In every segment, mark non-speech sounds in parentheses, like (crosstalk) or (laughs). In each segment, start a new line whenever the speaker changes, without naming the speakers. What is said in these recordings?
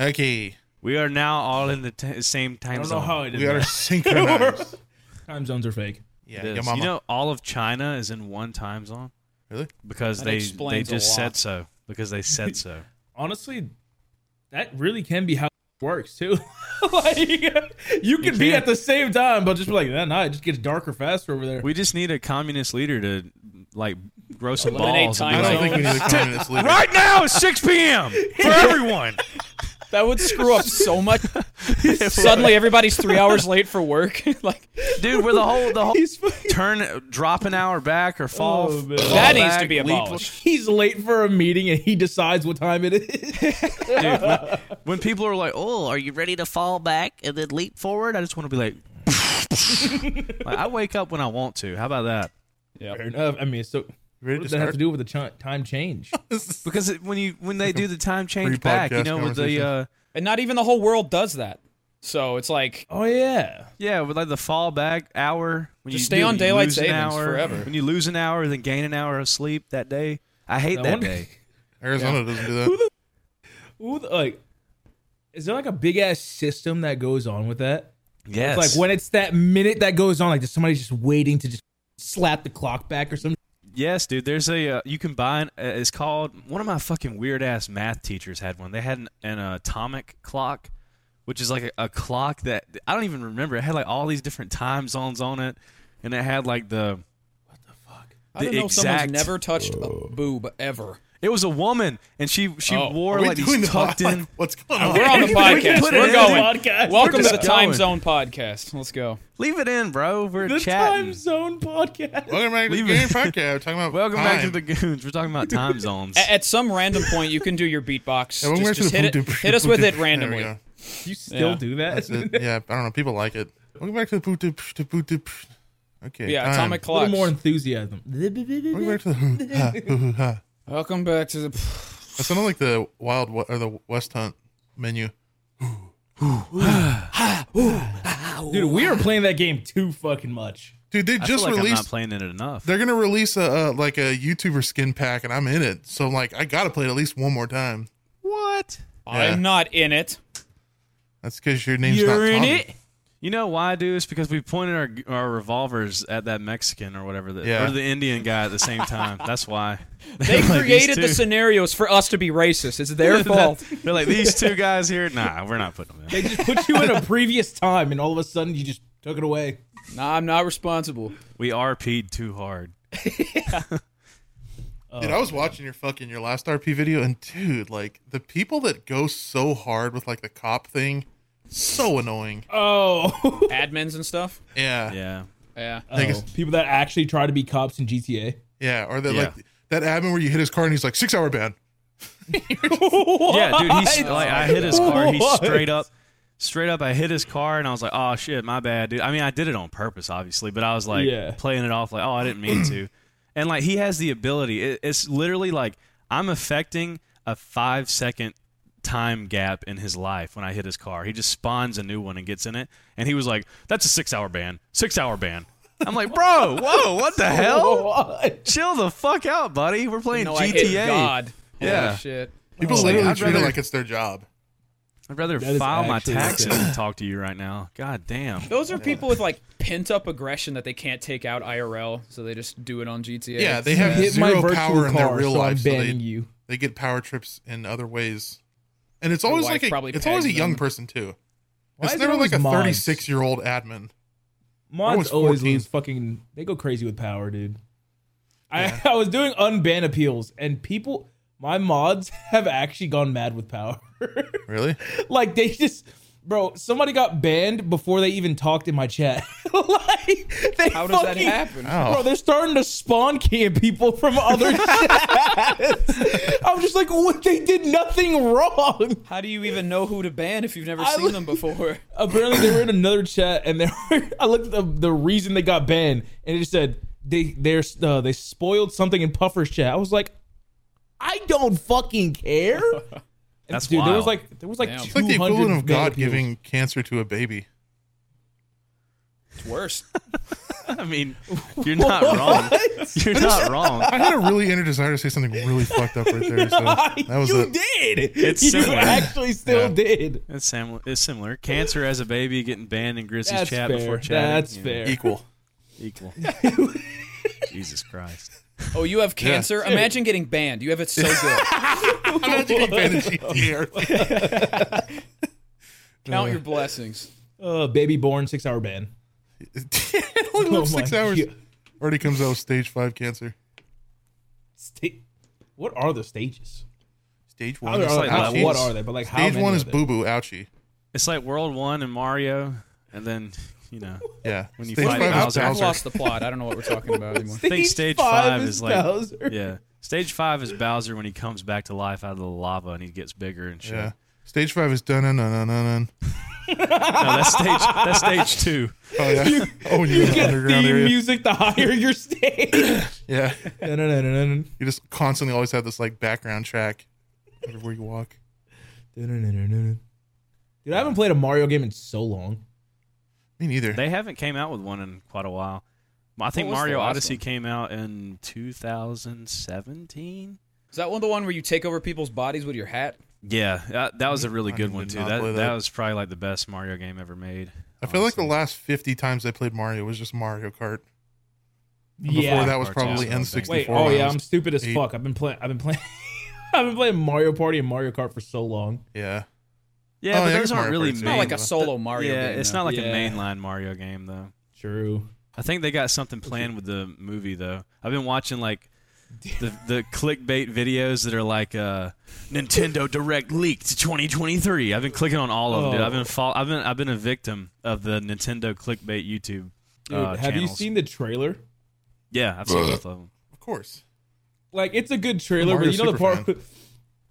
Okay.
We are now all in the t- same
I
time
don't know
zone.
how I did
We
(laughs)
are
that.
synchronized.
Time zones are fake.
yeah,
It
your
is.
mama.
You know, all of China is in one time zone
really?
because
That
they they
explains a
just
lot.
said so. Because they said so.
Honestly, that really can be how it works too. (laughs) like you can be
can.
at the same time, but just be like, nah, nah, it just gets darker faster over there. (laughs)
We just need a communist leader to like grow some
Eliminate
balls.
time
and
I
be
don't
like,
think we need a communist leader.
right now it's 6 p.m. for everyone.
That would
(laughs)
screw up so much. Suddenly, everybody's three hours late for work. (laughs) like
Dude, we're the whole the whole turn drop an hour back or fall.
Oh, man.
fall
that needs to
back,
be
leap-
abolished.
He's late for a meeting and he decides what time it is. (laughs)
Dude, when, when people are like, "Oh, are you ready to fall back and then leap forward?" I just want to be like, (laughs) like, I wake up when I want to. How about that?
Fair enough. I mean, so
Ready to
what does that have
start?
to do with the chi-
(laughs)
time change?
Because it, when you when they do the time
Free
change back, you
podcast
know, with the
conversation.
uh,
and not even the whole world does that. So it's like
oh yeah,
yeah, with like the fall back hour when
Just
you
stay
do it,
on
you
daylight
lose an
savings
hour.
forever.
When you lose an hour, then gain an hour of sleep that day. I hate
I
that,
wonder-
(laughs)
day.
Arizona doesn't do that.
(laughs) Ooh, the- like, is there like a big ass system that goes on with that?
Yes,
It's like when it's that minute that goes on, like just somebody's just waiting to just slap the clock back or something.
Yes, dude. There's a uh, you can buy. An, uh, it's called one of my fucking weird ass math teachers had one. They had an, an atomic clock, which is like a, a clock that I don't even remember. It had like all these different time zones on it, and it had like the
I
the
don't know if
exact-
someone's never touched a boob ever.
it was a woman, and she she
Oh.
wore
Are we
like
doing
these
the pod-
tucked
like,
in.
What's going on?
We're
(laughs)
on
(laughs)
the
We can- we can
podcast.
put
We're
it in.
going.
Podcast.
Welcome to
just
the Time
going.
Zone podcast. Let's go.
Leave it in, bro. We're
The
chatting.
time zone podcast.
Welcome back to the
Leave
game
it.
podcast. We're talking about
(laughs) Welcome back to
time.
the goons. We're talking
(laughs)
about time zones.
A- At some random point, you can do your beatbox.
Yeah, when we're
just, just
to the
hit, it,
poo-doo-
hit us with it
poo-doo- There we
randomly.
go.
You still
Yeah.
do that? (laughs)
That's it. Yeah, I don't know. People like it. Welcome back to the boot doop to boot doop. Okay.
Yeah,
time.
atomic
A little
clocks.
more enthusiasm.
Welcome back to the (laughs) hoo ha hoo hoo ha.
Welcome back to the.
That sounded like the wild Wa- or the West Hunt menu.
Dude, we are playing that game too fucking much.
Dude, they
I
just
feel like I'm not
released.
playing it enough.
They're gonna release a uh, like a YouTuber skin pack, and I'm in it. So like, I gotta play it at least one more time.
(sighs) What?
Yeah.
I'm not in
(laughs)
it.
That's because your name's not Tommy.
You know why, dude? It's because we pointed our our revolvers at that Mexican or whatever, the,
Yeah.
or the Indian guy at the same time.
(laughs)
That's why
They
They're like, "These
created the
two-
scenarios for us to be racist. It's
(laughs)
their fault.
They're like these two guys here. Nah, we're not putting them in.
They just put you
(laughs)
in a previous time, and all of a sudden you just took it away.
Nah, I'm not responsible.
We RP'd too hard.
Dude, I was watching your fucking your last RP video, and dude, like the people that go so hard with like the cop thing, so annoying.
Oh, (laughs)
Admins and stuff.
Yeah, yeah,
Yeah,
Yeah.
guess-
people that actually try to be cops in GTA.
Or that
Yeah.
like that admin where you hit his car and he's like six hour ban.
(laughs) yeah, dude. He's
What?
like, I hit his car. He
What?
straight up, straight up. I hit his car, and I was like, oh shit, my bad, dude. I mean, I did it on purpose, obviously, but I was like
Yeah.
playing it off, like, oh, I didn't mean
(clears throat)
to. And like, he has the ability. It, it's literally like I'm affecting a five second time gap in his life when I hit his car. He just spawns a new one and gets in it. And he was like, that's a six hour ban. Six hour ban. I'm like, bro, whoa, what the
(laughs)
hell?
What?
Chill the fuck out, buddy. We're playing
No,
GTA.
I hit God. Holy
Yeah.
shit.
People
Like,
Oh,
literally
I'd
treat it
rather-
like it's their job.
I'd rather
That is
file my
actually
taxes
insane.
than talk to you right now. God
(laughs)
damn.
Those are people with like pent up aggression that they can't take out IRL, so they just do it on GTA.
Yeah, they have
Hit my
zero
virtual
power in their
car,
real
so
life.
I'm
so they-
banning you.
they get power trips in other ways. And it's
Your
always
wife
like a,
probably
it's always a
pegs
young
them.
person too.
Why
it's
is it
never like
always
a
mods?
36 year old admin.
Mods
was
always
14.
lose fucking. They go crazy with power, dude.
Yeah.
(laughs) I, I was doing unban appeals, and people, my mods (laughs) have actually gone mad with power. (laughs)
Really?
like they just, bro. Somebody got banned before they even talked in my chat. (laughs) like they
How does that
fucking-
happen?
Oh.
Bro, they're starting to spawn cam people from
(laughs)
other chats. I'm just like, what? They did nothing wrong.
How do you even know who to ban if you've never
I
seen them before?
apparently they were in another chat and they were, (laughs) I looked at the, the reason they got banned and it just said they they're uh, they spoiled something in Puffer's chat. I was like, I don't fucking
(laughs)
care. And
That's
dude, there was
wild.
like there was like
Damn.
It's like the
200
equivalent of
ban
God
appeals.
giving cancer to a baby.
It's worse.
I mean, (laughs) you're not wrong. You're
(laughs)
not wrong.
I had a really inner desire to say something really fucked up right there. So that was
(laughs) you
it.
did.
It's
you
similar.
(laughs) actually still
Yeah.
did.
It's similar. It's similar. Cancer as a baby getting banned in Grizzly's
That's
chat
fair.
before chatting.
That's
you know,
fair.
Equal.
equal.
(laughs)
Jesus Christ.
Oh, you have cancer? Imagine getting banned. You have it so good.
Imagine being banned in
(laughs)
GTA.
Count your blessings.
Uh, baby born six hour ban.
It only lives
Oh
six
my
hours.
God.
Already comes out with stage five cancer.
Sta- what are the stages?
Stage
How
one.
many
is
are they?
like
How-
levels.
what are they? But like how
Stage
many
one
are
is
there?
boo boo. Ouchie.
It's like World One and Mario, and then you know.
Yeah.
When you
stage
fight
five is
Bowser.
I've
Bowser.
lost the plot. I don't know what we're talking about anymore.
I think
Stage
stage
five
five,
is
is, like
Bowser.
yeah. Stage five is Bowser when he comes back to life out of the lava and he gets bigger and shit.
Yeah. Stage five is dun dun dun dun dun.
No, that's stage that's stage two.
Oh yeah. Oh, you
(laughs) You (laughs) get
underground
theme
area.
music the
(laughs)
higher your stage. (laughs)
Yeah.
Dun-dun-dun-dun-dun.
You just constantly always have this like background track everywhere you walk.
Dun-dun-dun-dun-dun. Dude, I haven't played a Mario game in so long.
Me neither.
They haven't came out with one in quite a while. I think
What was the
Mario
last
Odyssey
one?
came out in 2017.
Is that one the one where you take over people's bodies with your hat?
Yeah, uh, that, that was a really
I
good
did
one too.
not
That,
play
that
that.
was probably like the best Mario game ever made.
I feel like the
honestly.
last 50 times I played Mario was just Mario Kart. And
Yeah.
Before that was
Kart's
probably
also a
N64.
thing.
Wait,
when
oh
I
yeah,
was-
I'm stupid as
eight.
fuck. I've been playing. I've been playing. (laughs) I've been playing Mario Party and Mario Kart for so long.
yeah.
Yeah,
Oh, yeah,
but those
there's
aren't
Mario
really
Kart. It's
It's
not
not
main-
like a solo Mario
yeah,
game.
it's
though.
not like
Yeah.
a mainline Mario game though.
True.
I think they got something planned with the movie though. I've been watching
(laughs)
like the the clickbait videos that are like uh, Nintendo Direct leaked 2023. I've been clicking on all of them. dude.
Oh.
I've been fall- I've been I've been a victim of the Nintendo clickbait YouTube.
Dude,
uh,
have you
channels.
seen the trailer?
Yeah, I've seen both of them.
Of course.
Like, it's a good trailer,
Mario
but you know the
superfan.
part. (laughs)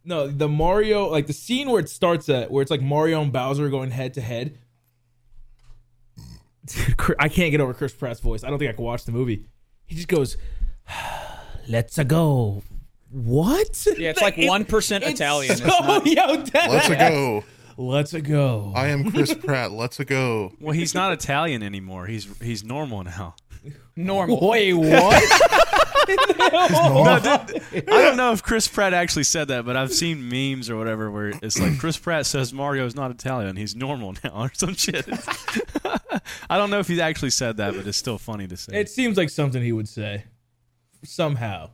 No, the Mario, like the scene where it starts at, where it's like Mario and Bowser going head to head. (laughs) Dude, Chr- I can't get over Chris Pratt's voice. I don't think I can watch the movie. He just goes, (sighs) "Let's go." What? (laughs)
Yeah, it's like 1% Italian.
So
It's not-
yo, dead
Let's
ass. (laughs)
go.
Let's go.
I am Chris Pratt. Let's go.
Well, he's not Italian anymore. He's he's normal now.
normal.
(laughs) Wait, what? (laughs)
I don't know if Chris Pratt actually said that, but I've seen memes or whatever where it's like Chris Pratt says Mario is not Italian, he's normal now (laughs) or some shit. I don't know if he actually said that, but it's still funny to say.
it seems like something he would say. Somehow.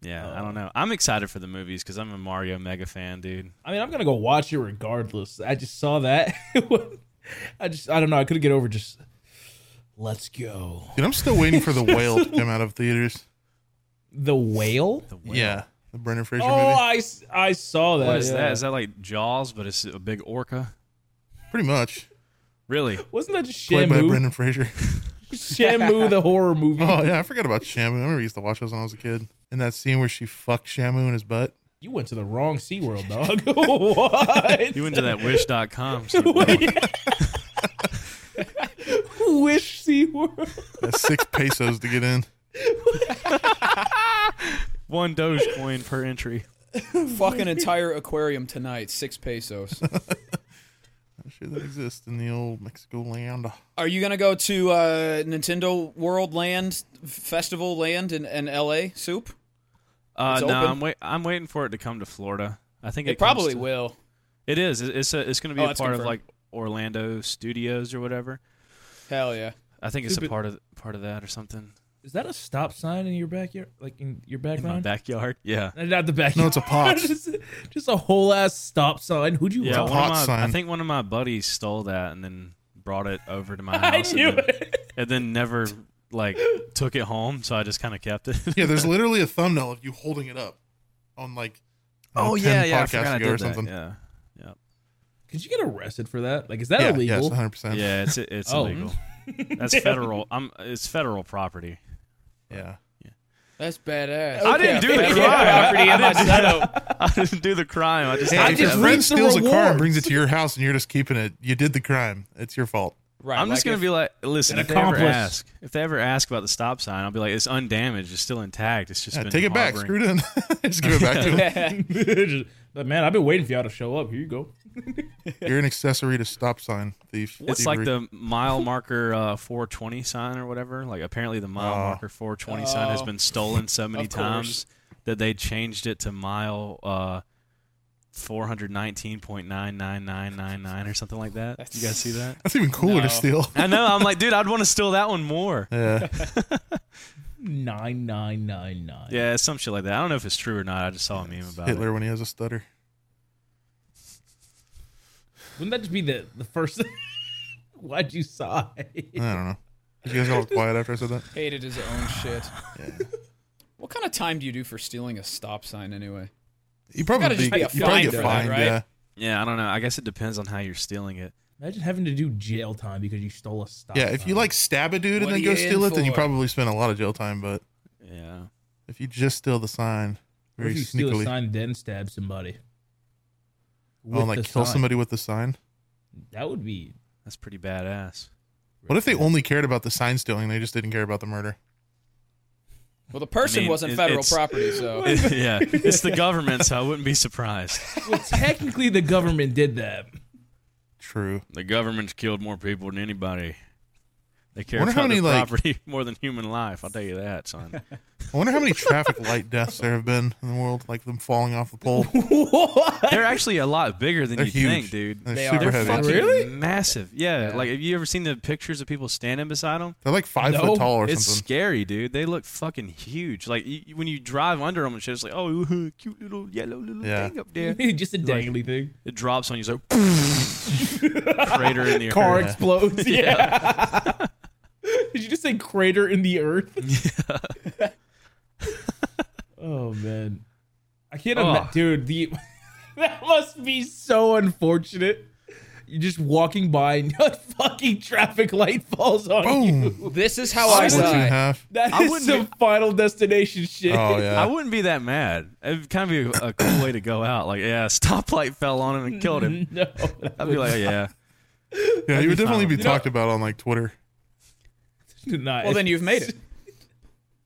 yeah, I don't know. I'm excited for the movies because I'm a Mario mega fan, dude.
I mean, I'm gonna go watch it regardless. I just saw that. (laughs) I just, I don't know. I couldn't get over just. Let's go.
Dude, I'm still waiting
(laughs)
for the whale to come out of theaters.
The whale.
The whale.
Yeah. The Brendan Fraser
Oh,
movie.
I, s- I saw that.
What is that?
yeah.
Is that like Jaws, but it's a big orca?
Pretty much.
Really?
Wasn't that just
Played by
Shamu? (laughs)
Brendan Fraser.
Shamu, the horror movie.
Oh, yeah. I forgot about Shamu. I remember I used to watch those when I was a kid. And that scene where she fucked Shamu in his butt.
You went to the wrong SeaWorld, dog.
(laughs)
(laughs) what?
You went to
(laughs)
that wish.com. So
Wish SeaWorld.
That's
(laughs)
six pesos to get in.
one Dogecoin per entry.
Fuck an entire aquarium tonight. Six pesos.
I'm sure that exists in the old Mexico land.
Are you gonna go to uh, Nintendo World Land Festival Land in, in L.A. Soup?
Uh,
It's
no,
open.
I'm, wait- I'm waiting for it to come to Florida. I think it,
It probably
comes to-
will.
It is. It- It's a, it's going to be
Oh,
a
that's
part of like
confirmed.
Orlando Studios or whatever.
Hell yeah.
I think it's
Stupid.
a part of part of that or something.
Is that a stop sign in your backyard? Like in your
In my
background?
backyard. Yeah.
Not the backyard.
No, it's a pot.
(laughs) just, just a whole ass stop sign. Who'd you
Yeah,
rob?
one
pot
of my,
sign.
I think one of my buddies stole that and then brought it over (laughs) to my
I
house.
knew
and, then,
it. (laughs)
and then never like took it home, so I just kind of kept it.
(laughs) Yeah, there's literally a thumbnail of you holding it up on like
oh
on 10
yeah, yeah, I
podcasts
forgot I
ago
did
or
that.
something.
Yeah, yeah,
Could you get arrested for that? Like, is that
yeah,
illegal?
Yes, 100. percent
yeah. It's it's
Oh.
(laughs) illegal. That's federal. I'm. It's federal property.
Yeah.
That's badass.
I didn't do the
Federal
crime. I,
Property in my
(laughs)
didn't,
setup.
I didn't do the crime. I just.
Hey,
I
I
if your
just
am
read
friend
the
steals a car and
rewards.
brings it to your house and you're just keeping it, you did the crime. It's your fault.
Right.
just
like
gonna
if-
be like, listen.
An
If they ever
accomplice.
ask, if they ever ask about the stop sign, I'll be like, it's undamaged. It's still intact. It's just
Yeah,
been
take it back.
harboring-
Screw it in. (laughs) just give it back
(laughs)
to him.
Just- but man, I've been waiting for y'all to show up. Here you go.
You're an accessory to stop sign thief.
It's like the mile marker uh, 420 sign or whatever. Like apparently the mile
Oh.
marker 420 sign has
Oh.
been stolen so many
Of course.
times that they changed it to mile uh, 419.99999 or something like that. you guys see that?
That's even cooler
No.
to steal.
I know. I'm like, dude, I'd
(laughs)
want to steal that one more.
Yeah.
Nine nine nine nine.
Yeah, it's some shit like that. I don't know if it's true or not. I just saw a meme about
Hitler
it.
when he has a stutter.
Wouldn't that just be the the first? (laughs) Why'd you sigh?
I don't know. You guys got all quiet after I said that.
hated his own
(laughs)
shit. What kind of time do you do for stealing a stop sign anyway?
You probably
just pay a
you probably
fine
get
for that,
fined.
right?
Yeah.
Yeah, I don't know. I guess it depends on how you're stealing it.
Imagine having to do jail time because you stole a stop.
Yeah. If you
sign.
like stab a dude
What
and then
are
go
you
steal
in
it, then you
for?
probably spend a lot of jail time. But
Yeah.
if you just steal the sign,
What
very
if you steal a
sneakily, oh,
sign then stab somebody.
and like
the
kill
sign?
somebody with the sign.
That would be.
That's pretty badass.
What if they only cared about the sign stealing? They just didn't care about the murder.
Well, the person
mean,
wasn't
it-
federal
it's- (laughs)
property, so
(laughs) yeah. It's the government, so I wouldn't be surprised.
Well, technically, the government did that. (laughs)
True.
The government's killed more people than anybody. They care
Wonder
about
how many,
their
like-
property (laughs) more than human life. I'll tell you that, (laughs) son.
I wonder how many traffic light deaths there have been in the world, like them falling off the pole.
They're actually a lot bigger than
They're
you
huge,
think, dude.
They're
They are
super
They're
heavy.
fucking
Really?
massive. Yeah, Like, have you ever seen the pictures of people standing beside them?
They're like five
No,
foot tall or
It's
something.
scary, dude. They look fucking huge. Like you, you- when you drive under them and shit, it's like, oh, (laughs) cute little yellow little
Yeah.
thing up there.
Just a
Like-
dangly thing.
It drops on you, so (laughs) crater in the
Car
earth.
explodes. Yeah. (laughs) Did you just say crater in the earth? (laughs) oh man, I can't.
Oh.
Ima- dude, the (laughs) that must be so unfortunate. You're just walking by and (laughs) a fucking traffic light falls on you.
Boom.
this is how Oh, I
Splits in
die.
half.
That
I
is
wouldn't
some final destination shit.
Oh
I
yeah.
wouldn't be that mad. It'd kind of be a, a cool way to go out. Like, yeah, stoplight (laughs) fell on him and killed him.
(laughs) No,
I'd be like, yeah.
Yeah, you would
be
definitely
fine.
be
You
talked about on like Twitter.
not.
Well, then you've made
(laughs)
it.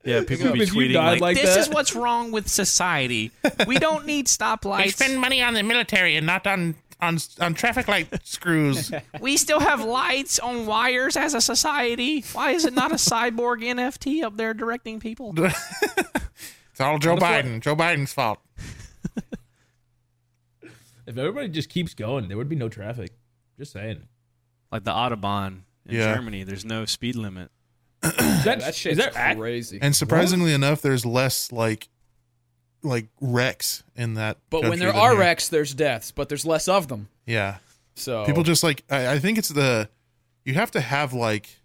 Yeah, people be
If you
tweeting like,
died like
"This is
that-
what's wrong with society. We don't need stoplights.
money on the military and not on on on traffic light screws. (laughs)
We still have lights on wires as a society. Why is it not a cyborg NFT up there directing people?"
It's all Joe Biden. Joe Biden's fault.
if everybody just keeps going, there would be no traffic. Just saying.
Like the Autobahn in
Yeah.
Germany, there's no speed limit.
Is that,
That
is
shit's
that ac-
crazy.
And surprisingly enough, there's less like like wrecks in that.
But
country
when there
than
are
here.
wrecks, there's deaths, but there's less of them.
yeah,
So
people just like I, I think it's the you have to have like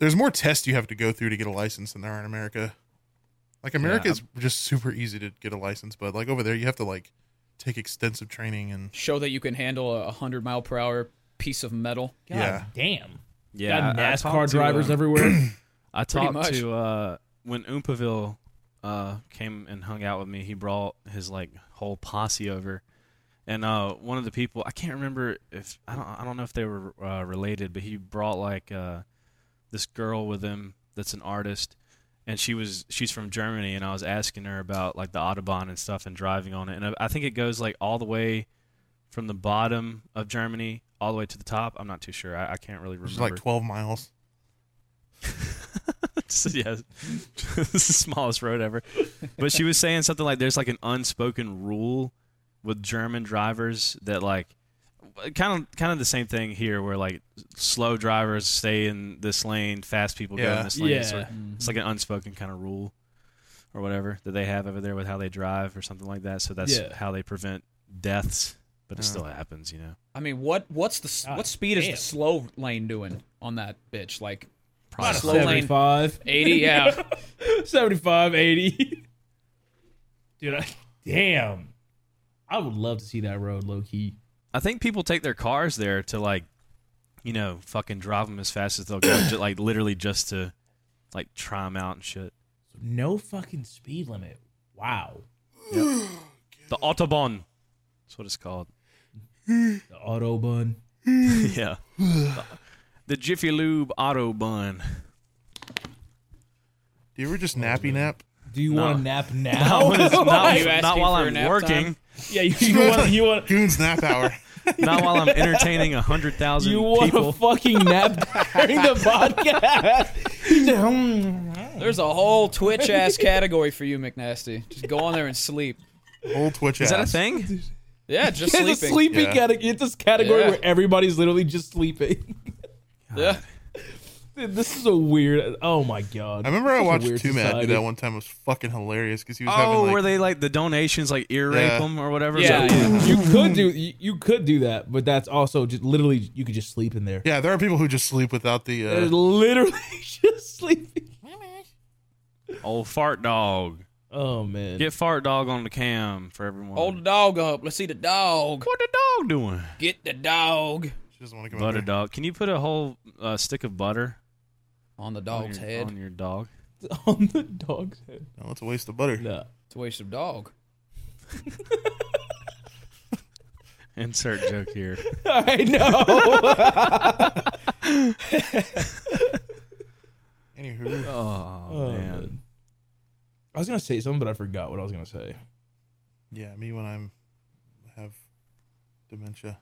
there's more tests you have to go through to get a license than there are in America. Like America is just super easy to get a license, but like over there you have to like take extensive training and
show that you can handle a 100 mile per hour piece of metal.
God
Yeah.
damn.
Yeah,
Got
I- I
NASCAR
talked to,
drivers
um, (clears throat)
everywhere.
I
Pretty
talked
much.
to uh, when Oompaville uh, came and hung out with me. He brought his like whole posse over, and uh, one of the people I can't remember if I don't I don't know if they were uh, related, but he brought like uh, this girl with him that's an artist, and she was she's from Germany, and I was asking her about like the autobahn and stuff and driving on it, and I, I think it goes like all the way from the bottom of Germany all the way to the top. I'm not too sure. I, I can't really
which
remember.
is like 12 miles.
(laughs) So, yeah, it's the smallest road ever. But she was saying something like, "There's like an unspoken rule with German drivers that like kind of kind of the same thing here where like slow drivers stay in this lane, fast people go
Yeah.
in this lane.
Yeah.
So it's like an unspoken kind of rule or whatever that they have over there with how they drive or something like that. So that's
Yeah.
how they prevent deaths, but it still happens, you know.
I mean, what what's the s
God
what speed is
damn.
the slow lane doing on that bitch? Like
Probably
slow lane
75,
(laughs)
eighty, yeah.
75, 80. (laughs) Dude, I, damn. I would love to see that road low key.
I think people take their cars there to like, you know, fucking drive them as fast as they'll go, ju- like literally just to like try them out and shit.
So no fucking speed limit. Wow.
The autobahn, that's what it's called.
The autobahn.
yeah, the Jiffy Lube autobahn.
Do you ever just nappy nap?
Do you
No.
want to nap
(laughs) Not,
now?
when it's- not,
You
not
asking
while
for a
I'm
nap time?
working,
(laughs) yeah, you, you want you want
Goons nap hour.
not while I'm entertaining a hundred thousand
you want
people.
a fucking nap during the podcast. He said, "Hmm."
There's a whole Twitch ass category for you, McNasty. Just go on there and sleep.
Old Twitch
Is that a
ass.
thing?
Yeah, just
It's
sleeping.
a sleeping
Yeah.
category. It's this category
Yeah.
where everybody's literally just sleeping.
Yeah.
Dude, this is a weird. Oh my god!
I remember I
Such a
watched
weird
Two Man do
society.
that one time. It was fucking hilarious because he was
Oh,
having like
were they like the donations, like ear rape
Yeah.
them or whatever?
Yeah,
Is that-
yeah.
You could do. You, you could do that, but that's also just literally you could just sleep in there.
yeah. There are people who just sleep without the
They're
uh,
literally (laughs) just sleeping.
Old fart dog.
Oh man!
Get fart dog on the cam for everyone.
Hold the dog up. Let's see the dog.
what the dog doing?
Get the dog
she doesn't want to come out
Butter
there.
dog. Can you put a whole uh, stick of butter
on the
on
dog's
your-
head.
on your dog?
(laughs)
(laughs)
on the dog's head.
No, it's a waste of butter.
No. (laughs)
It's a waste of dog.
Insert joke here.
I
(laughs) Oh,
know.
Anywho,
(laughs) Oh, man.
I was gonna say something, but I forgot what I was gonna say.
yeah, me when I'm have dementia.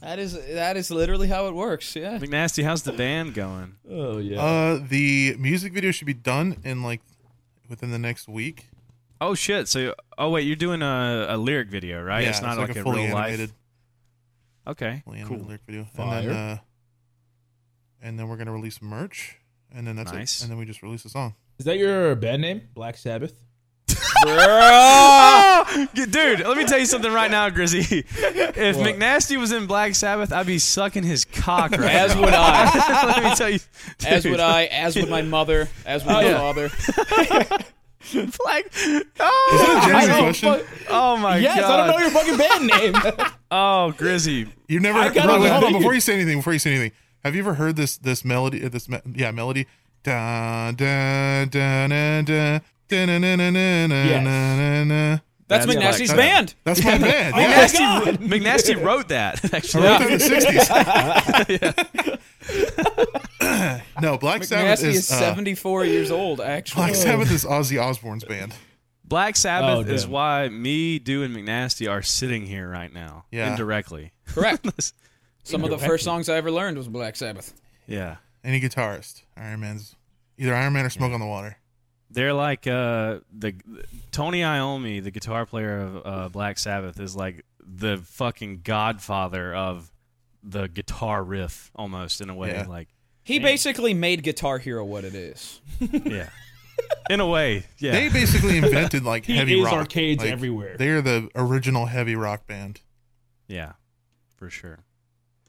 That is that is literally how it works.
(laughs)
Yeah.
McNasty, how's the band going?
Oh yeah.
Uh, the music video should be done in like within the next week.
Oh shit! So, oh wait, you're doing a, a lyric video, right? it's not like, a, real life. (laughs) Okay,
fully
cool.
animated lyric video.
Fire.
And then, uh, and then we're gonna release merch, and then that's
Nice.
it. And then we just release a song.
Is that your band name? Black Sabbath.
Oh, g- dude, let me tell you something right now, Grizzy. (laughs) If McNasty was in Black Sabbath, I'd be sucking his cock right
As
now.
would
(laughs)
I.
let me tell you.
As
dude,
would I. As would my mother. As would my
Oh, yeah.
father.
(laughs) Black. (laughs) Oh,
Is that a
I
Jensen
don't-
question?
oh my
Yes,
god.
I don't know your fucking band (laughs) name.
Oh, Grizzy.
You've never.
I got
Bro,
it.
wait, hold on.
Thank
Before
you.
you say anything, before you say anything, have you ever heard this this melody? uh, This me- yeah, melody. Da da da da da. Da, na, na, na, na, na,
Yes.
na, na, na.
That's,
That's
McNasty's
like-
band.
That's
(laughs)
my
Oh
band. Yeah.
McNasty, McNasty wrote that. (laughs)
I
Actually,
wrote that in the sixties. (clears throat) no, Black Sabbath
McNasty
is,
is,
uh,
74 years old. Actually.
Black Sabbath is Ozzy Osbourne's band.
Black Sabbath
Oh,
is
damn.
why me, Do, and McNasty are sitting here right now.
Yeah.
Indirectly.
(laughs)
Correct. Some of the first songs I ever learned was Black Sabbath.
Yeah.
Any guitarist, Iron Man's either Iron Man or Smoke on the Water.
They're like uh, the Tony Iommi, the guitar player of uh, Black Sabbath, is like the fucking godfather of the guitar riff, almost in a way.
Yeah.
Like,
He basically made Guitar Hero what it is.
yeah, in a way, yeah.
They basically invented like
(laughs) He
heavy
is
rock.
arcades
Like,
everywhere.
They are the original heavy rock band.
yeah, for sure.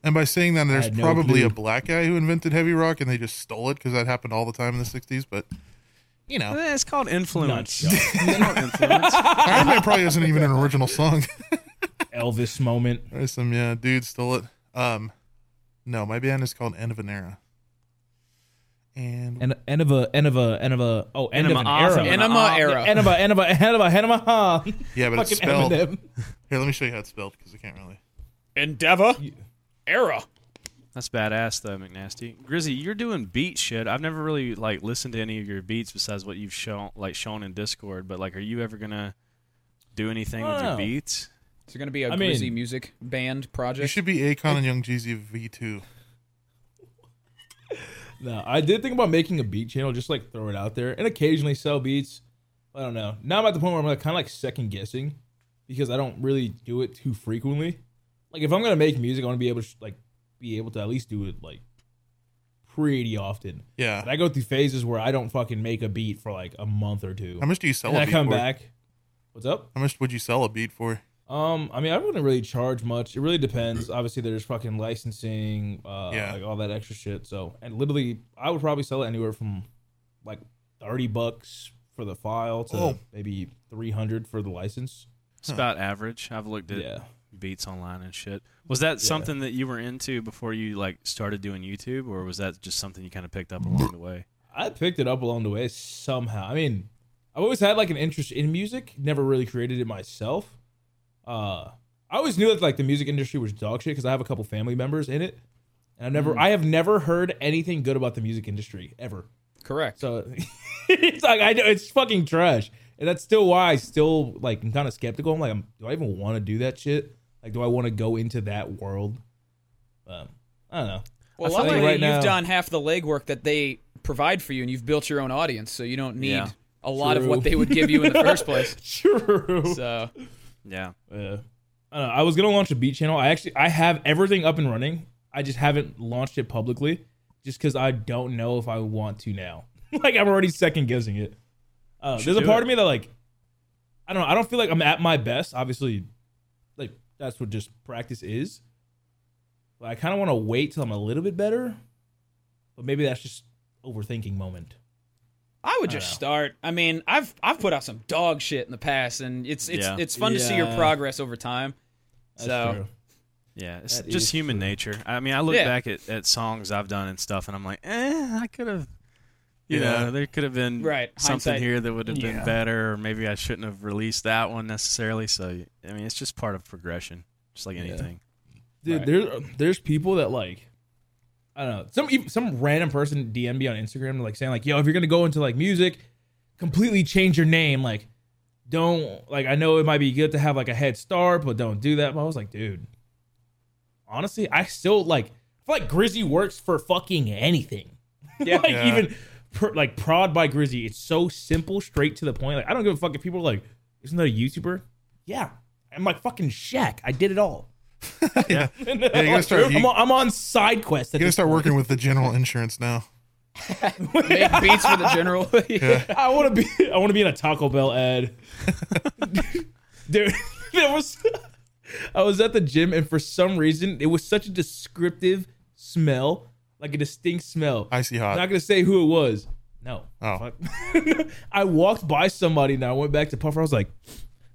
And by saying that, there's
had no
probably
clue.
a black guy who invented heavy rock, and they just stole it because that happened all the time in the '60s. But you
(laughs)
know,
Eh, It's called influence.
Nuts.
It's
(laughs)
called influence.
Iron Man probably isn't even an original song.
Elvis moment.
There's some yeah, dude stole it. Um, no, my band is called End of an Era. And
And end of a end of a end of a oh end of an
Enema
era.
of an-
Enema
uh,
era.
Yeah, End of a end of a end of a end of a (laughs) huh.
yeah, but it's
Fucking
spelled.
Eminem.
Here, let me show you how it's spelled because I can't really.
Endeavor. Era.
That's badass though, McNasty. Grizzy, you're doing beat shit. I've never really like listened to any of your beats besides what you've shown like shown in Discord, but like are you ever gonna do anything with your
Wow.
beats?
Is there going to be a
I mean-
Grizzy music band
It
project?
should be Akon and Young Jeezy V2.
No, I did think about making a beat channel, just like throw it out there and occasionally sell beats. I don't know. Now I'm at the point where I'm like, kind of like second guessing because I don't really do it too frequently. Like if I'm gonna make music, I want to be able to like be able to at least do it like pretty often.
Yeah.
But I go through phases where I don't fucking make a beat for like a month or two.
How much do you sell
and
a
I
beat
come
for?
back. What's up?
How much would you sell a beat
(laughs)
for?
Um, I mean, I wouldn't really charge much. It really depends. Obviously, there's fucking licensing, uh,
Yeah.
like all that extra shit. So, and literally, I would probably sell it anywhere from like thirty bucks for the file to
Oh.
maybe three hundred for the license.
It's about average. I've looked at
Yeah.
beats online and shit. Was that something that you were into before you like started doing YouTube, or was that just something you kind of picked up along the way?
I picked it up along the way somehow. I mean, I've always had like an interest in music. Never really created it myself. Uh, I always knew that like the music industry was dog shit because I have a couple family members in it, and I never,
Mm.
I have never heard anything good about the music industry ever.
Correct.
So (laughs) it's like I know it's fucking trash, and that's still why I still like I'm kind of skeptical. I'm like, I'm, do I even want to do that shit? Like, do I want to go into that world? Um, I don't know.
well,
I feel
luckily
like right
you've
now-
done half the legwork that they provide for you, and you've built your own audience, so you don't need
Yeah.
a lot of
True.
what they would give you in
(laughs)
the first place.
True.
So
Yeah.
Yeah. I don't know. I was gonna launch a beat channel. I actually I have everything up and running. I just haven't launched it publicly, just because I don't know if I want to now. (laughs) like I'm already second guessing it. Uh,
should
there's a
do it.
part of me that like, I don't know. I don't feel like I'm at my best. Obviously, like that's what just practice is. But I kind of want to wait till I'm a little bit better. But maybe that's just overthinking moment.
I would just start. I mean, I've I've put out some dog shit in the past, and it's it's
Yeah.
it's fun to see your
Yeah.
progress over time. so
Yeah, it's
That is
just human nature. I mean, I look
Yeah.
back at, at songs I've done and stuff, and I'm like, eh, I could have, you
Yeah.
know, there could have been
Right,
something
hindsight.
here that would have been better, or maybe I shouldn't have released that one necessarily. So, I mean, it's just part of progression, just like anything.
Dude, there, there's people that like, I don't know, some even- some random person DM me on Instagram like saying like, yo, if you're gonna go into like music, completely change your name. Like, don't like I know it might be good to have like a head start, but don't do that. But I was like, dude, honestly, I still like I feel like Grizzy works for fucking anything. (laughs)
Yeah.
like
Yeah.
even pr- like prod by Grizzy, it's so simple, straight to the point. Like I don't give a fuck if people are like, isn't that a YouTuber? Yeah, I'm like fucking Shaq. I did it all.
yeah.
And
(laughs) you
I'm,
gotta
like,
start-
I'm
you-
on, I'm on side quest. At
You're gonna
this
start
point.
working with the general insurance now.
make beats for the general.
(laughs)
(laughs)
I want to be. I want to be in a Taco Bell ad. Dude, (laughs) there (laughs) was. I was at the gym, and for some reason, it was such a descriptive smell, like a distinct smell.
Icy hot.
I'm not gonna say who it was. No.
Oh.
Fuck. (laughs) I walked by somebody, and I went back to Puffer. I was like.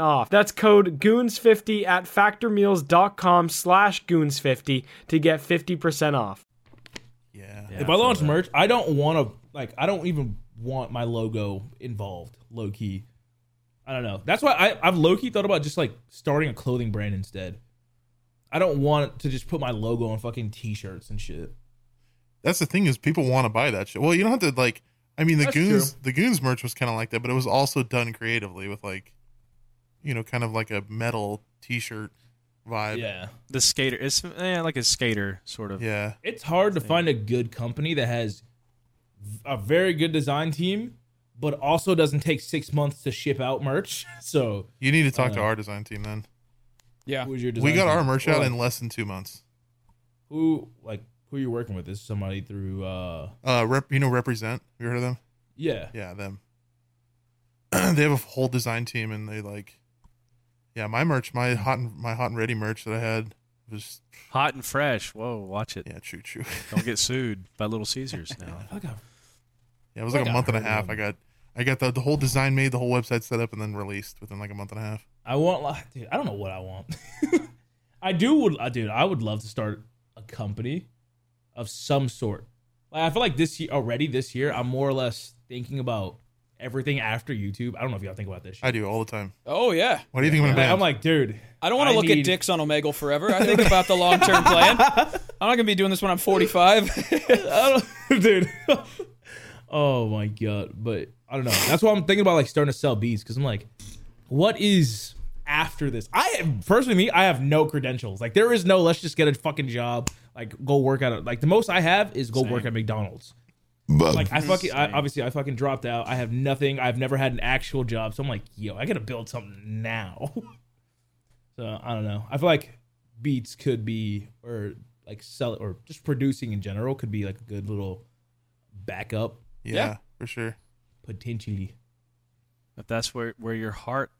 50% off. That's code GOONS50 at factormeals.com slash GOONS50 to get 50% off.
Yeah.
if I launch merch, I don't want to like. I don't even want my logo involved. Low key, I don't know. That's why I, I've low key thought about just like starting a clothing brand instead. I don't want to just put my logo on fucking t-shirts and shit.
That's the thing is people want to buy that shit. Well, you don't have to like. I mean, the
That's
goons,
true.
the goons merch was kind of like that, but it was also done creatively with like, you know, kind of like a metal T-shirt vibe.
Yeah,
The skater. It's eh, like a skater sort of.
Yeah.
it's hard to find a good company that has v- a very good design team, but also doesn't take six months to ship out merch. (laughs) So,
You need to talk to our design team then.
Yeah.
who's your
We
Uh, design
got our
team?
merch
Or,
out
like,
in less than two months.
who like who you're working with? Is somebody through? uh
Uh, rep, you know, represent. You heard of them?
Yeah,
Yeah, them. (clears throat) they have a whole design team, and they like, yeah, my merch, my hot and my hot and ready merch that I had was
Hot and fresh. Whoa, watch it.
yeah, true, (laughs) true.
Don't get sued by Little Caesars
(laughs)
now.
Fuck, I've
Yeah, it was like a
Like, I
month and a
heard
half. I
of
got I got the, the whole design made, the whole website set up, and then released within like a month and a half.
I want, like, dude. I don't know what I want. (laughs) I do would, I dude. I would love to start a company of some sort. Like, I feel like this year already. This year, I'm more or less thinking about everything after YouTube. I don't know if y'all think about this. Shit.
I do all the time.
Oh yeah.
What do you think when
Like,
I'm
I'm like, dude.
I don't want
I
to look
need-
at dicks on Omegle forever. I think about the long term
(laughs)
plan. I'm not gonna be doing this when I'm 45.
I don't, (laughs) dude. oh my god. But I don't know. That's why I'm thinking about like starting to sell beads because I'm like, what is after this? I personally, me, I have no credentials. Like there is no. Let's just get a fucking job. Like go work at a, like the most I have is go work at McDonald's. Like I fucking I, obviously I fucking dropped out. I have nothing. I've never had an actual job, so I'm like, yo, I gotta build something now. (laughs) so I don't know. I feel like beats could be or like sell or just producing in general could be like a good little backup
yeah,
yeah.
for sure.
potentially.
if that's where, where your heart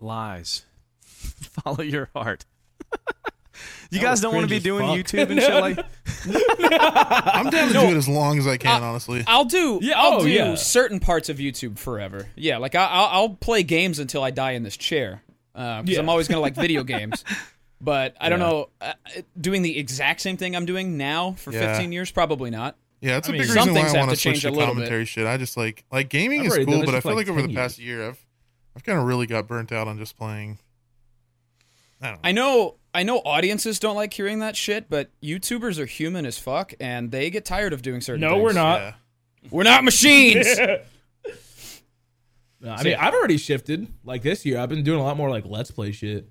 lies, (laughs) follow your heart. (laughs) you
That
guys
was
don't want to be
cringe as
doing
fuck.
YouTube and shit like
I'm down to do it as long as I can, honestly.
I'll do.
Yeah,
I'll
oh,
do
yeah.
certain parts of YouTube forever. Yeah, like I, I'll, I'll play games until I die in this chair because
Yeah.
I'm always gonna like video
(laughs)
games. But I don't
Yeah.
know, uh, doing the exact same thing I'm doing now for
Yeah.
15 years, probably not.
Yeah, that's a
I mean,
big
some
reason why
things
I
have
want to
to change
switch
a
to
little bit.
commentary shit. I just like like gaming
I've
is
already done
cool,
this
but I
for,
feel
like,
like over the
10
past year, I've I've kind of really got burnt out on just playing. I don't know.
I know, I know, audiences don't like hearing that shit, but YouTubers are human as fuck, and they get tired of doing certain.
No, we're
things.
not.
yeah.
We're not
(laughs)
machines.
No, I mean, I've already shifted. Like this year, I've been doing a lot more like let's play shit.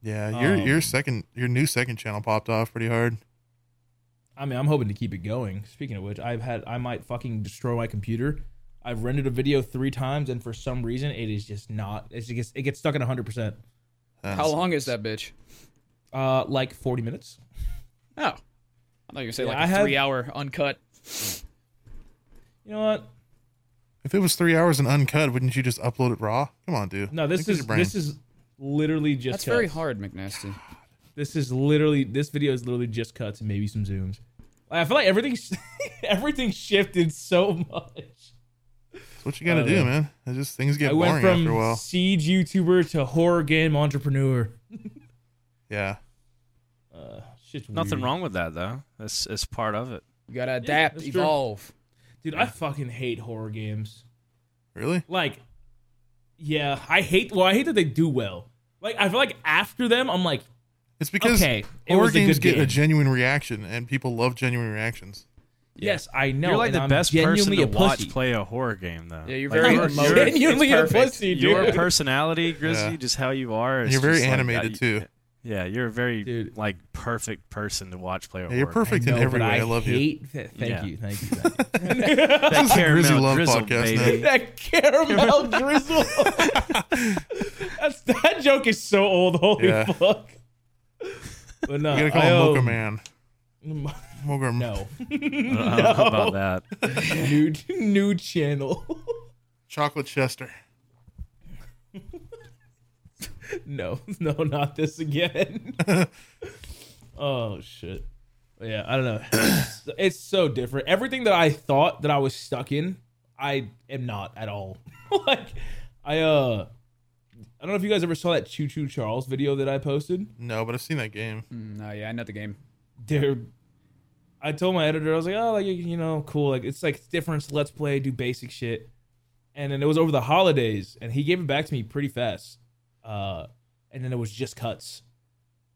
Yeah, your your
Um,
second your new second channel popped off pretty hard.
I mean, I'm hoping to keep it going. Speaking of which, I've had I might fucking destroy my computer. I've rendered a video three times, and for some reason, it is just not. It's, it gets it gets stuck at 100, percent
Uh,
How long is that bitch?
uh, like 40 minutes.
Oh, I thought you were gonna say
Yeah,
like a
I have-
three-hour uncut.
You know what?
If it was three hours and uncut, wouldn't you just upload it raw? Come on, dude.
No, this
Think with
is
your brain.
this is literally just.
That's very
cuts.
hard, McNasty.
This is literally this video is literally just cuts and maybe some zooms. I feel like everything (laughs) everything shifted so much.
That's what you gotta
Oh,
do,
yeah.
man. It's just things get
I
boring
went from
after a while.
siege YouTuber to horror game entrepreneur.
Yeah.
Uh, shit's
nothing
weird.
wrong with that though. That's it's part of it.
You gotta adapt,
that's true.
evolve.
dude. I fucking hate horror games.
Really?
like yeah i hate well i hate that they do well like i feel like after them i'm like
It's because
Okay, it
horror
was a
games get
good
a
game.
genuine reaction, and people love genuine reactions.
yes i know
you're like
and
the
I'm
best person
genuinely
to
a
watch
pussy.
play a horror game though.
Yeah, you're
Like,
very
your-
i'm
emotive.
your-
(laughs) genuinely
It's
a
perfect.
pussy
Your
dude.
personality, Grizzly,
Yeah.
just how you are. is
You're very
just like,
animated,
uh,
too.
Yeah, you're a very
Dude.
like perfect person to watch play a
Yeah, you're
horror game.
perfect in
No,
every
but
way. I, love you.
hate that- thank
Yeah.
you (laughs) thank you, thank you.
This is the
Caramel
Grizzly Love
Drizzle,
podcast.
baby.
Now. (laughs)
that caramel drizzle That's, that joke is so old holy
Yeah.
fuck but no
You gotta call him
I,
Mocha
um, (laughs)
Man. Mocha
no
I don't know about that.
(laughs) new new channel (laughs)
Chocolate Chester.
(laughs) no, no, not this again. oh shit. Yeah, I don't know. (clears throat) it's so different. Everything that I thought that I (laughs) was stuck in, I am not at all. like I uh I don't know if you guys ever saw that Choo Choo Charles video that I posted.
No, but I've seen that game.
Hmm.
No, yeah, I know the game.
There, I told my editor, I was like, oh, like you know, cool. Like it's like different. Let's play, do basic shit. And then it was over the holidays, and he gave it back to me pretty fast. Uh, and then it was just cuts.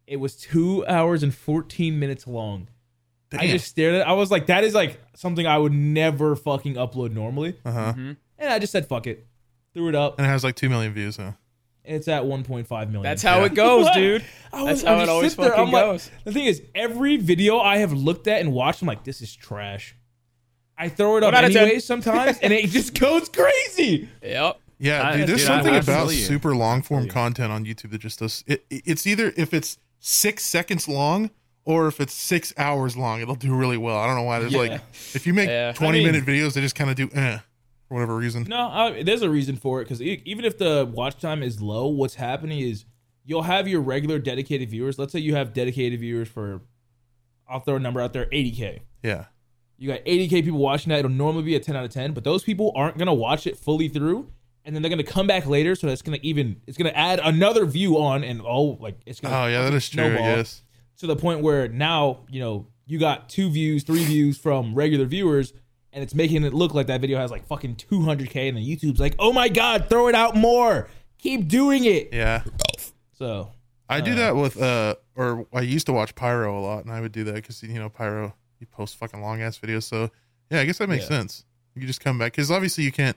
It was two hours and fourteen minutes long. I
Damn.
just stared at. it. I was like, that is like something I would never fucking upload normally.
Uh-huh.
And I just said, fuck it, threw it up,
And it has like 2 million views, huh?
and it's at one point five million.
That's how it goes,
Oh, (laughs) What?
dude.
I
That's how
I
it
just
always
sit there,
fucking
I'm like-
goes.
the thing is, every video I have looked at and watched, I'm like, this is trash. I throw it up
One out of ten.
anyway sometimes, and (laughs) it just goes crazy.
Yep.
Yeah,
I-
dude, there's
dude, I-
something
I
about
feel you.
super long form content on YouTube that just does it, it- It's either if it's six seconds long or if it's six hours long, it'll do really well. I don't know why. There's like, if you make
Yeah.
20
I mean-
minute videos, they just kind of do eh for whatever reason.
No, I, there's a reason for it because even if the watch time is low, what's happening is you'll have your regular dedicated viewers. Let's say you have dedicated viewers for, I'll throw a number out there, 80k.
Yeah.
You got 80k people watching that. It'll normally be a 10 out of 10, but those people aren't gonna watch it fully through, and then they're gonna come back later. So that's gonna even it's gonna add another view on, and oh, like it's gonna
Oh, yeah, that is true, I
snowball
guess.
to the point where now you know you got two views, three views from regular viewers, and it's making it look like that video has like fucking 200k, and then YouTube's like, oh my god, throw it out more, keep doing it.
Yeah.
So
I do that with uh, or I used to watch Pyro a lot, and I would do that because you know Pyro he posts fucking long ass videos. So yeah, I guess that makes
Yeah.
sense. You just come back because obviously you can't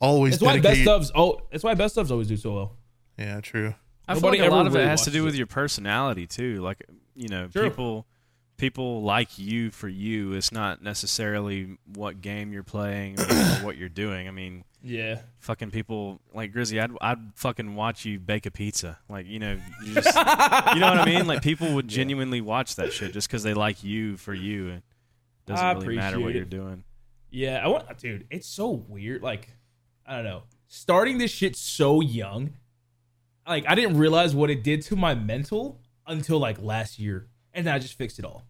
always
that's why best
dedicate.
ofs. Oh, that's why best ofs always do so well.
yeah, true.
I feel
Nobody
like a lot
ever
of
really
it has to do
watches
with your personality too. Like you know,
Sure.
people people like you for you. It's not necessarily what game you're playing or, (coughs) or what you're doing. I mean,
Yeah,
fucking people like Grizzy. I'd I'd fucking watch you bake a pizza. Like you know, you just you know what I mean. Like people
(laughs)
would genuinely watch that shit just because they like you for you. And it doesn't
I
really matter what
appreciate
you're
it.
doing.
yeah. I want, dude. It's so weird. Like, I don't know. Starting this shit so young, like I didn't realize what it did to my mental until like last year, and then I just fixed it all.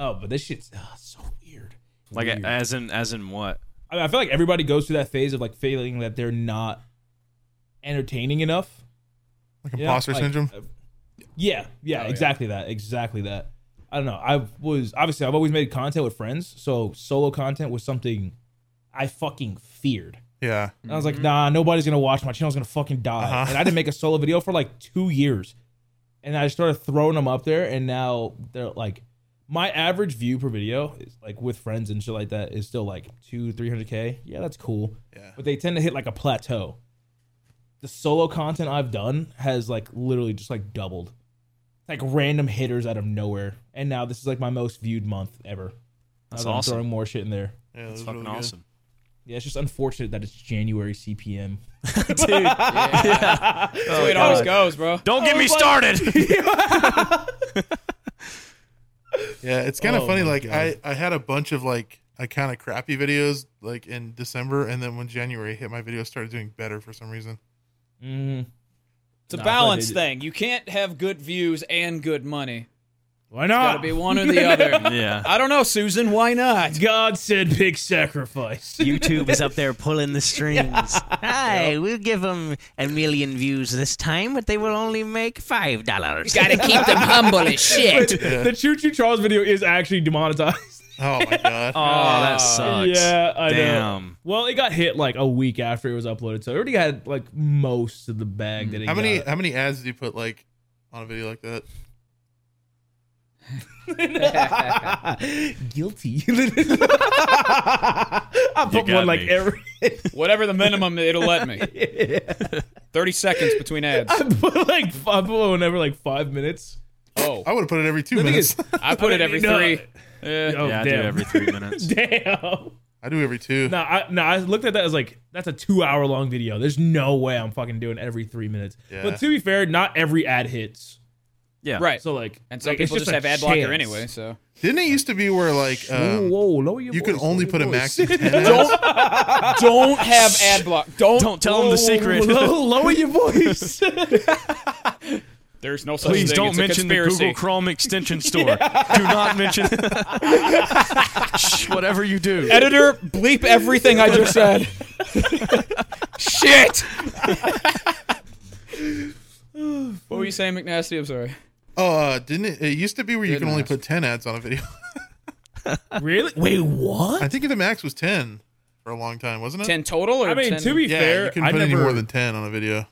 Oh, but this shit's ah, so weird.
Like
Weird.
as in as in what?
I, mean, I feel like everybody goes through that phase of like feeling that they're not entertaining enough.
Like
you know?
imposter
Like,
syndrome. Oh,
uh, yeah, yeah,
yeah.
exactly that, exactly that. I don't know. I was obviously I've always made content with friends, so solo content was something I fucking feared.
Yeah,
And I was like, nah, nobody's gonna watch my channel's gonna fucking die.
Uh-huh.
And I didn't make a solo video for like two years, and I started throwing them up there, and now they're like, my average view per video is like with friends and shit like that is still like two, three hundred k. Yeah, that's cool.
Yeah.
But they tend to hit like a plateau. The solo content I've done has like literally just like doubled, like random hitters out of nowhere, and now this is like my most viewed month ever.
That's
Now that I'm
awesome.
Throwing more shit in there.
yeah,
It's
those are
fucking
really good.
awesome.
Yeah, it's just unfortunate that it's January CPM.
Dude,
That's the way it always goes, bro.
don't
Oh,
get me
(laughs)
started.
Yeah, it's kind of
Oh
funny.
my
Like
God.
I, I had a bunch of like I kind of crappy videos like in December, and then when January hit, my videos started doing better for some reason.
Mm.
It's a
Nah, I feel like
balance
they-
thing. You can't have good views and good money.
Why
Got to be one or
(laughs)
the other.
yeah.
I don't know, Susan. Why not?
God said big
(laughs)
sacrifice.
YouTube is up there pulling the strings.
(laughs)
Hi, we'll give them a million views this time, but they will only make five dollars.
Gotta keep them humble as shit.
(laughs) the Choo Choo Charles video is actually demonetized. (laughs)
Oh my god!
(laughs) Oh, that sucks.
yeah, I know.
Damn.
Well, it got hit like a week after it was uploaded, so it already had like most of the bag that it
how many
got. (laughs)
how many ads do you put like on a video like that?
guilty? (laughs) I put
got
one like
me.
every. (laughs)
Whatever the minimum, it'll let me. Thirty seconds between ads.
I put like I put one every like five minutes.
Oh,
I would have put it every two
The thing
minutes.
is,
I put it every
No.
three. Eh.
Oh,
yeah, I do
damn.
every three minutes.
(laughs) Damn.
(laughs) I do every two.
No, I no, I looked at that as like that's a two hour long video. There's no way I'm fucking doing every three minutes.
Yeah.
But to be fair, not every ad hits.
Yeah,
Right.
So like,
and some
like, it's
people just,
a
have ad blocker
chance.
anyway. So
Didn't it used to be where like
Ooh,
um,
whoa, lower your
you could
voice,
only
lower
put a
your
max
(laughs)
(laughs)
voice.
of ten? ads?
don't have ad block. Don't.
Don't tell them the secret.
Low- lower your voice.
There's no such
Please
thing.
don't
It's a
mention the
(laughs) conspiracy.
Google Chrome
(laughs)
extension store. Do not mention. Shh, Whatever you do.
Editor, bleep everything I just said. Shit. were you saying, McNasty? I'm sorry.
Oh, uh, didn't it? It used to be where you can only put ten ads on a video. (laughs)
really? Wait, what?
I think the max was ten for a long time, wasn't it?
10 total or
I mean,
10
to be
Yeah,
fair,
you couldn't
I
put any
never.
more than ten on a video.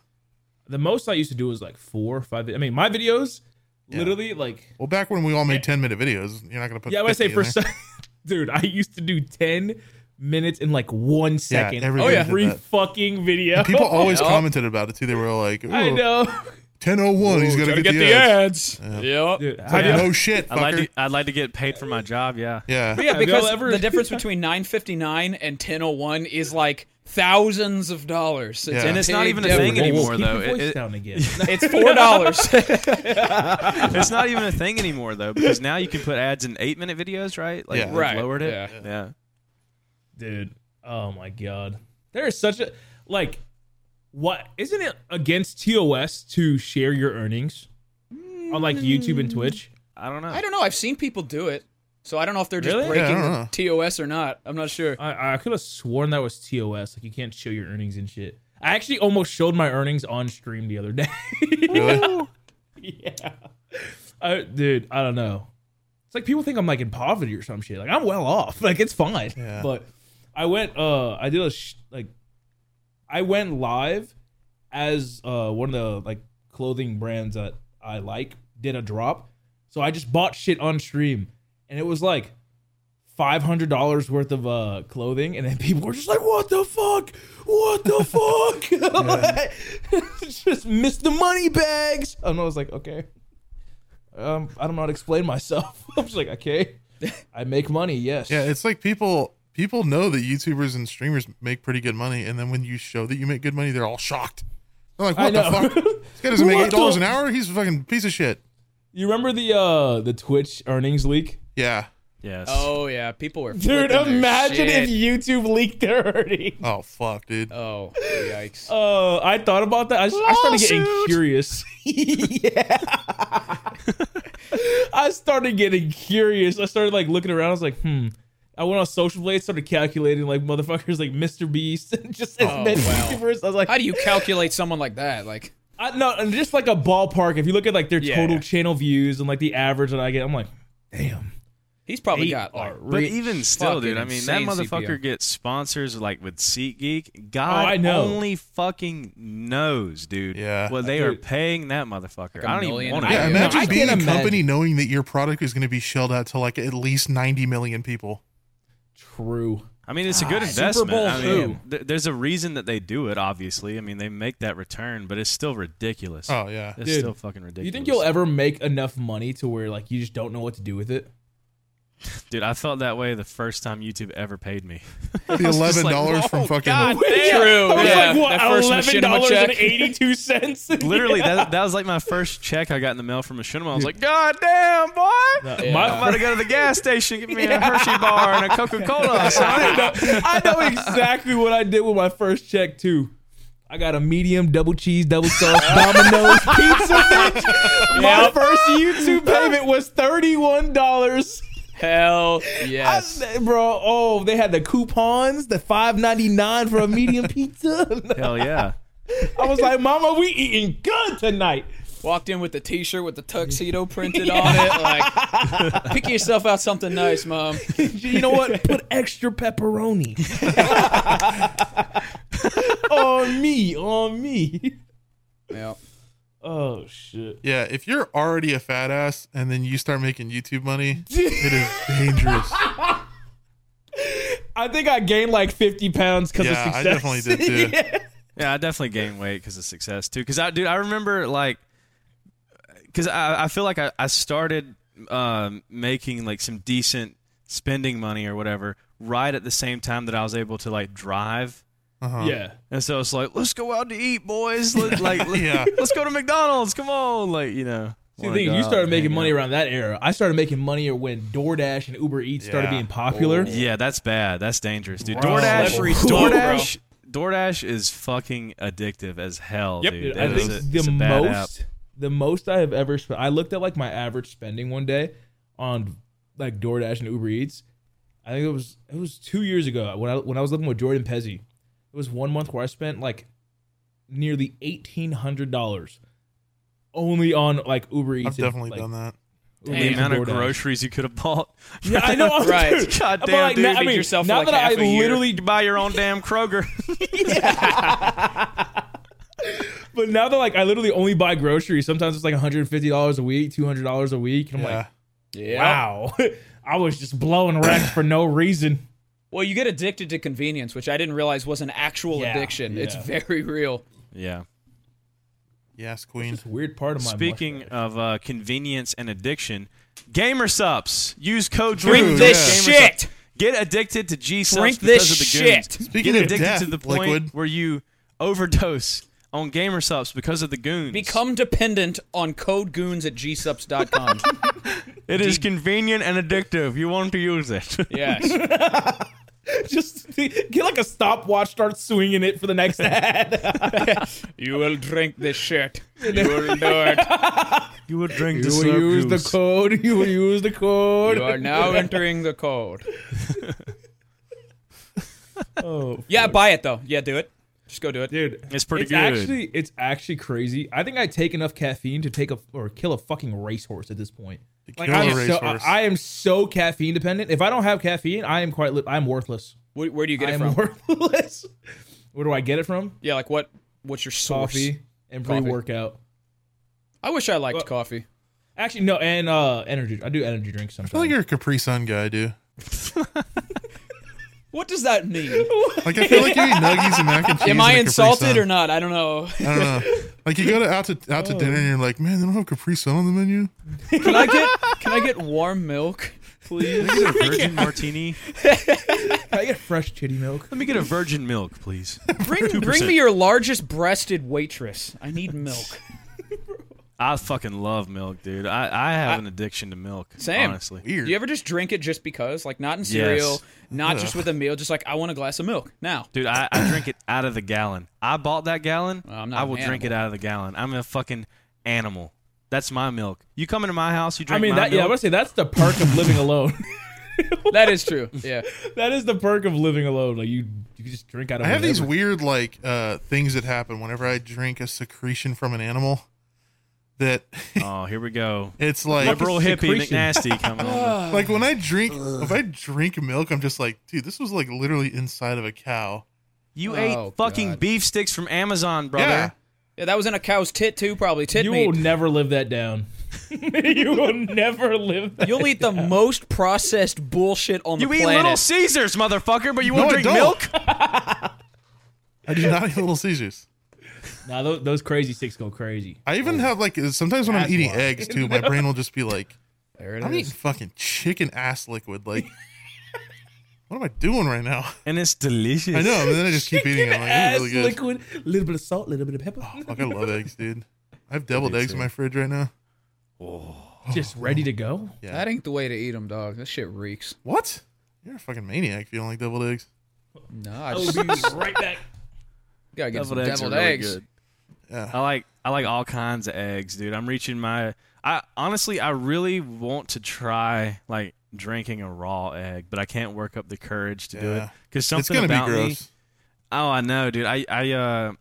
the most I used to do was like four or five. I mean, my videos, literally, like
Well, back when we all made ten minute videos, you're not gonna put.
yeah, I would
50
say
in
for
there. (laughs)
some, (laughs) dude, I used to do ten minutes in like one second. Oh,
everybody did
every (laughs)
that.
fucking video.
And people
(laughs)
always
Yeah.
commented about it too. They were all like,
I know.
ten oh one, he's gonna
Gotta
get, the, ads.
Yeah.
Dude, how
Like,
do you-
No shit,
I'd like,
fucker.
to, I'd like to get paid for my job.
(laughs)
Yeah.
(laughs)
Yeah,
Yeah,
Have y'all
because
ever-
the difference between 959 and 1001 is like thousands of dollars.
Yeah.
a
And it's not
big
even a
difference.
thing anymore,
Keep your
though. It-
voice
it-
down (laughs) again.
(laughs) It's four dollars.
it's not even a thing anymore though, because now you can put ads in eight minute videos, right? Like
Yeah.
they've
Right,
lowered it.
yeah.
yeah.
dude. Oh my god, there is such a like. What isn't it against TOS to share your earnings on like YouTube and Twitch?
I don't know.
I don't know. I've seen people do it, so I don't know if they're just
Really?
breaking
Yeah, I don't know.
the TOS or not. I'm not sure.
I, I could have sworn that was TOS. Like you can't show your earnings and shit. I actually almost showed my earnings on stream the other day. (laughs)
really?
yeah, I, dude, I don't know. It's like people think I'm like in poverty or some shit. Like I'm well off. Like it's fine.
Yeah.
But I went. Uh, I did a sh- like. I went live as uh one of the like clothing brands that I like did a drop. So I just bought shit on stream, and it was like five hundred dollars worth of uh clothing, and then (laughs) people were just like, "What the fuck? What the
(laughs)
fuck? (laughs) just missed the money bags." And I was like, "Okay, um, I don't know how to explain myself." (laughs) I was like, "Okay, I make money, yes."
Yeah, it's like people people know that YouTubers and streamers make pretty good money, and then when you show that you make good money, they're all shocked. They're like,
I
"What the
know.
fuck? This guy doesn't make
What
eight
the-
dollars an hour. He's a fucking piece of shit."
(laughs) You remember the uh the Twitch earnings leak?
Yeah.
Yes.
Oh yeah, people were.
Dude,
flipping their
imagine
shit.
if YouTube leaked their (laughs) earnings.
Oh fuck, dude.
Oh yikes!
Uh, I thought about that. I, I started getting
Lawsuit.
curious. yeah. I started getting curious. I started like looking around. I was like, hmm. I went on social blade, started calculating like motherfuckers like Mr. Beast (laughs) and just as
Oh,
many
wow.
YouTubers. I was like,
How do you calculate someone like that? Like,
I, no, and just like a ballpark. If you look at like their
Yeah.
total channel views and like the average that I get, I'm like, damn.
he's probably
Eight
got like
are
But
rich.
even still, dude, I
fucking
mean, that
insane
motherfucker
CPM.
gets sponsors like with
Oh,
SeatGeek. God
I know.
only fucking knows, dude.
Yeah.
Well, they
Dude.
are paying that motherfucker.
a
I don't even
million
want to.
and a
Yeah,
I-
Yeah,
half.
imagine
no, I
being a
can't
company
imagine.
knowing that your product is going to be shelled out to like at least 90 million people.
True.
I mean, it's a good
Ah, Super
investment.
Bowl
I mean,
who?
th- there's a reason that they do it. Obviously, I mean, they make that return, but it's still ridiculous.
Oh yeah.
it's
Dude,
still fucking
Do
ridiculous.
you think you'll ever make enough money to where like you just don't know what to do with it?
dude? I felt that way the first time YouTube ever paid me. (laughs)
The
was just
$11
like,
from
"Whoa,
fucking
God
damn. True,
I was
yeah.
like, what,
That first
eleven dollars and
machinima check. (laughs)
eighty-two cents?
Literally, that, that was like my first check I got in the mail from a cinema. I was like, God damn, boy!
Yeah.
I'm about to go to the gas station, get me
(laughs)
a Hershey bar and a Coca Cola or something.
(laughs) I know exactly what I did with my first check too. I got a medium double cheese double
(laughs)
sauce Domino's pizza. Bitch. My first YouTube payment was thirty-one dollars.
hell yes.
bro, oh, they had the coupons, the five ninety-nine for a
(laughs)
medium pizza.
Hell yeah.
I was like, Mama, we eating good tonight.
Walked in with the T-shirt with the tuxedo printed on it. Like, pick yourself out something nice, mom. (laughs)
You know (laughs) what? Put extra pepperoni. (laughs) on me, on me.
Yeah.
Oh shit.
Yeah, if you're already a fat ass and then you start making YouTube money, it is dangerous.
I think I gained like 50 pounds because
Yeah,
of
I
success.
definitely did, too.
(laughs) Yeah.
Yeah, I definitely gained weight because of success too. Because I, dude, I remember like, because I, I feel like I, I started um, making like some decent spending money or whatever right at the same time that I was able to like drive.
Uh-huh.
yeah.
Oh
And so it's like, let's go out to eat, boys. Let, like, let, (laughs)
Yeah.
us go to McDonald's. Come on, like you know.
See, the
wanna
thing
go
is, you
out
started
and
making
hang
money
out.
around that era. I started making money when DoorDash and Uber Eats started
Yeah. Oh,
being popular.
Yeah, that's bad. That's dangerous, dude.
Bro.
DoorDash, (laughs)
Slippery slope, bro.
DoorDash, DoorDash is fucking addictive as hell,
Yep.
dude.
Dude,
That
I
is
think
a- it's
the
a bad app.
most the most I have ever spent. I looked at like my average spending one day on like DoorDash and Uber Eats. I think it was it was two years ago when I when I was living with Jordan Pezzi. It was one month where I spent like nearly eighteen hundred dollars only on like Uber Eats.
I've definitely done that.
the amount of groceries you could have bought.
Yeah, I
(laughs)
know. (laughs)
right.
Dude,
God
I'm
damn,
like,
dude.
now- I mean, (laughs) now that I
(laughs)
literally
buy your own damn Kroger.
But now that like I literally only buy groceries, sometimes it's like $150 a week, $200 a week. And I'm like,
Yeah.
wow, (laughs) I was just blowing racks for no reason.
Well, you get addicted to convenience, which I didn't realize was an actual
Yeah,
addiction. It's
yeah.
very real.
yeah.
Yes, Queen.
It's a weird part of my
Speaking of uh, convenience and addiction, Gamer Subs. Use code
Drink
DRINK
this
Gamer Subs.
shit.
Get addicted to G Subs
Drink
because
this
of the
shit.
goons.
Speaking
Get
of
addicted
death,
to the point
Liquid.
where you overdose on Gamer Subs because of the goons.
Become dependent on code goons
(laughs)
at gsups.com.
it is convenient and addictive. You want to use it.
yes.
life. (laughs) just get like a stopwatch, start swinging it for the next (laughs) ad.
You will drink this shit. You will do it.
you would drink
you will use the (laughs) code. You will use the
You
code.
are now entering the code.
Oh,
Yeah, buy it though. Yeah, do it. Just go do it.
dude,
It's pretty
it's
good.
Actually, it's actually crazy. I think I take enough caffeine to take a or kill a fucking racehorse at this point. Like
kill a
I'm so,
racehorse.
I, I am so caffeine dependent. If I don't have caffeine, I am quite. Li- I am worthless.
Where, where do you get
I
it
am
from?
worthless. (laughs) Where do I get it from?
Yeah, like what? What's your source?
Coffee and pre
Coffee.
workout.
I wish I liked
Well-
coffee.
Actually, no, and uh, energy. I do energy drinks sometimes.
I feel like you're a Capri Sun guy, dude.
What does that mean?
Like I feel like you eat nuggies and mac and cheese.
Am I
and a Capri
insulted
Sun.
or not? I don't know. (laughs)
I don't know. Like you go to, out to out to dinner and you're like, man, they don't have Capri Sun on the menu.
Can I get can I get warm milk?
Please. Let me get a virgin martini.
Can I get fresh chitty milk?
Let me get a virgin milk, please.
Bring bring me your largest breasted waitress.
(laughs)
I need milk.
I fucking love milk, dude. I, I have an addiction to milk.
Same.
Honestly.
Weird.
Do you ever just drink it just because? Like not in cereal,
Yes.
not just with a meal, just like I want a glass of milk. Now.
Dude, I, I drink it out of the gallon. I bought that gallon.
Well, I'm not
I
an
will drink it
animal.
out of the gallon. I'm a fucking animal. That's my milk. You come into my house, you drink
I mean,
my
that, yeah, I
milk.
would say that's the perk of
(laughs)
living alone. (laughs)
That is
(laughs)
true. Yeah.
that is the perk of living alone. Like you, you can just drink out of.
I have these
whatever.
weird like uh things that happen whenever I drink a secretion from an animal. That
oh, here we go.
it's like
Liberal hippie
secretion.
McNasty coming
(laughs)
on.
like when I drink if I drink milk, I'm just like, dude, this was like literally inside of a cow.
You
Oh,
ate fucking
God.
beef sticks from Amazon, brother.
Yeah.
Yeah, that was in a cow's tit too, probably. Tit
You
(laughs)
meat.
will never live
(laughs)
that down. you will never live that.
You'll eat the most processed bullshit on
You
the
eat
planet.
Little Caesars, motherfucker, but you
No,
won't
I
drink
don't.
milk?
I do
(laughs)
not eat Little Caesars.
Now those, those crazy sticks go crazy.
I
Oh.
even have like sometimes when I'm
That's
eating
why.
eggs too, my brain will just be like,
there it
I'm eating
is.
fucking chicken ass liquid.
(laughs)
Like, what am I doing right now?
And it's delicious.
I know. And then I just keep eating. it. I'm like, this
Ass
is really good. Oh,
liquid, a little bit of salt, a little bit of pepper,
Fuck, I love eggs, dude. I have deviled eggs in my fridge right now.
(laughs) just
Oh.
ready to go.
That ain't the way to eat them, dog. That shit reeks.
What? You're a fucking maniac if you don't like deviled eggs.
No, I
Oh,
I'll
just
be right back.
(laughs) gotta get some
Deviled eggs
deviled
are really
eggs.
good.
Yeah.
I like I like all kinds of eggs, dude. I'm reaching my I honestly I really want to try like drinking a raw egg, but I can't work up the courage to do
Yeah.
it cuz
It's
something
gonna be
about me.
gross.
Oh, I know, dude. I I uh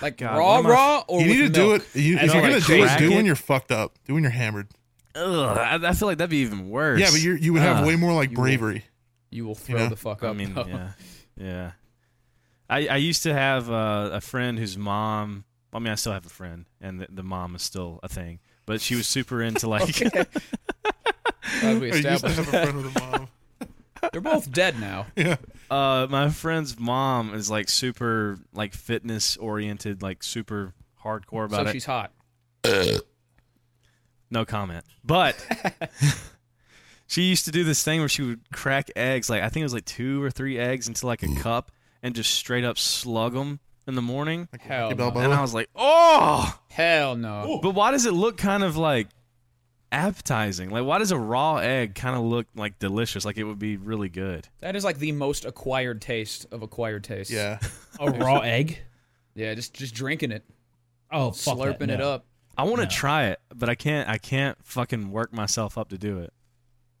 Like
God,
raw,
what am I-
raw, or
You need to
with
do
milk?
it. You,
And
if you're
like
gonna do it,
crack
do
it?
when you're fucked up. Do when you're hammered.
ugh, I, I feel like that'd be even worse.
Yeah, but you you would have
Ah.
way more like
You will.
bravery.
You will throw
know?
the fuck up.
I
(laughs)
mean,
though.
yeah. Yeah. I I used to have uh, a friend whose mom I mean, I still have a friend and the, the mom is still a thing, but she was super into like
(laughs)
Glad we
Hey, you used to
established.
have a friend with a mom.
They're both dead
(laughs)
now.
Uh, my friend's mom is like super like fitness oriented, like super hardcore about
so
it.
she's hot.
No comment.
(laughs)
But she used to do this thing where she would crack eggs, like I think it was like two or three eggs into like a cup, and just straight up slug them in the morning.
Hell
Hey,
no.
Balboa.
And I was like, oh.
Hell no.
But why does it look kind of like appetizing? Like why does a raw egg kind of look like delicious? Like it would be really good.
That is like the most acquired taste of acquired
(laughs)
taste.
yeah.
A raw egg.
Yeah, just just drinking it,
Oh, fuck that,
slurping it
no.
up.
I want to try it, but I can't. I can't fucking work myself up to do it.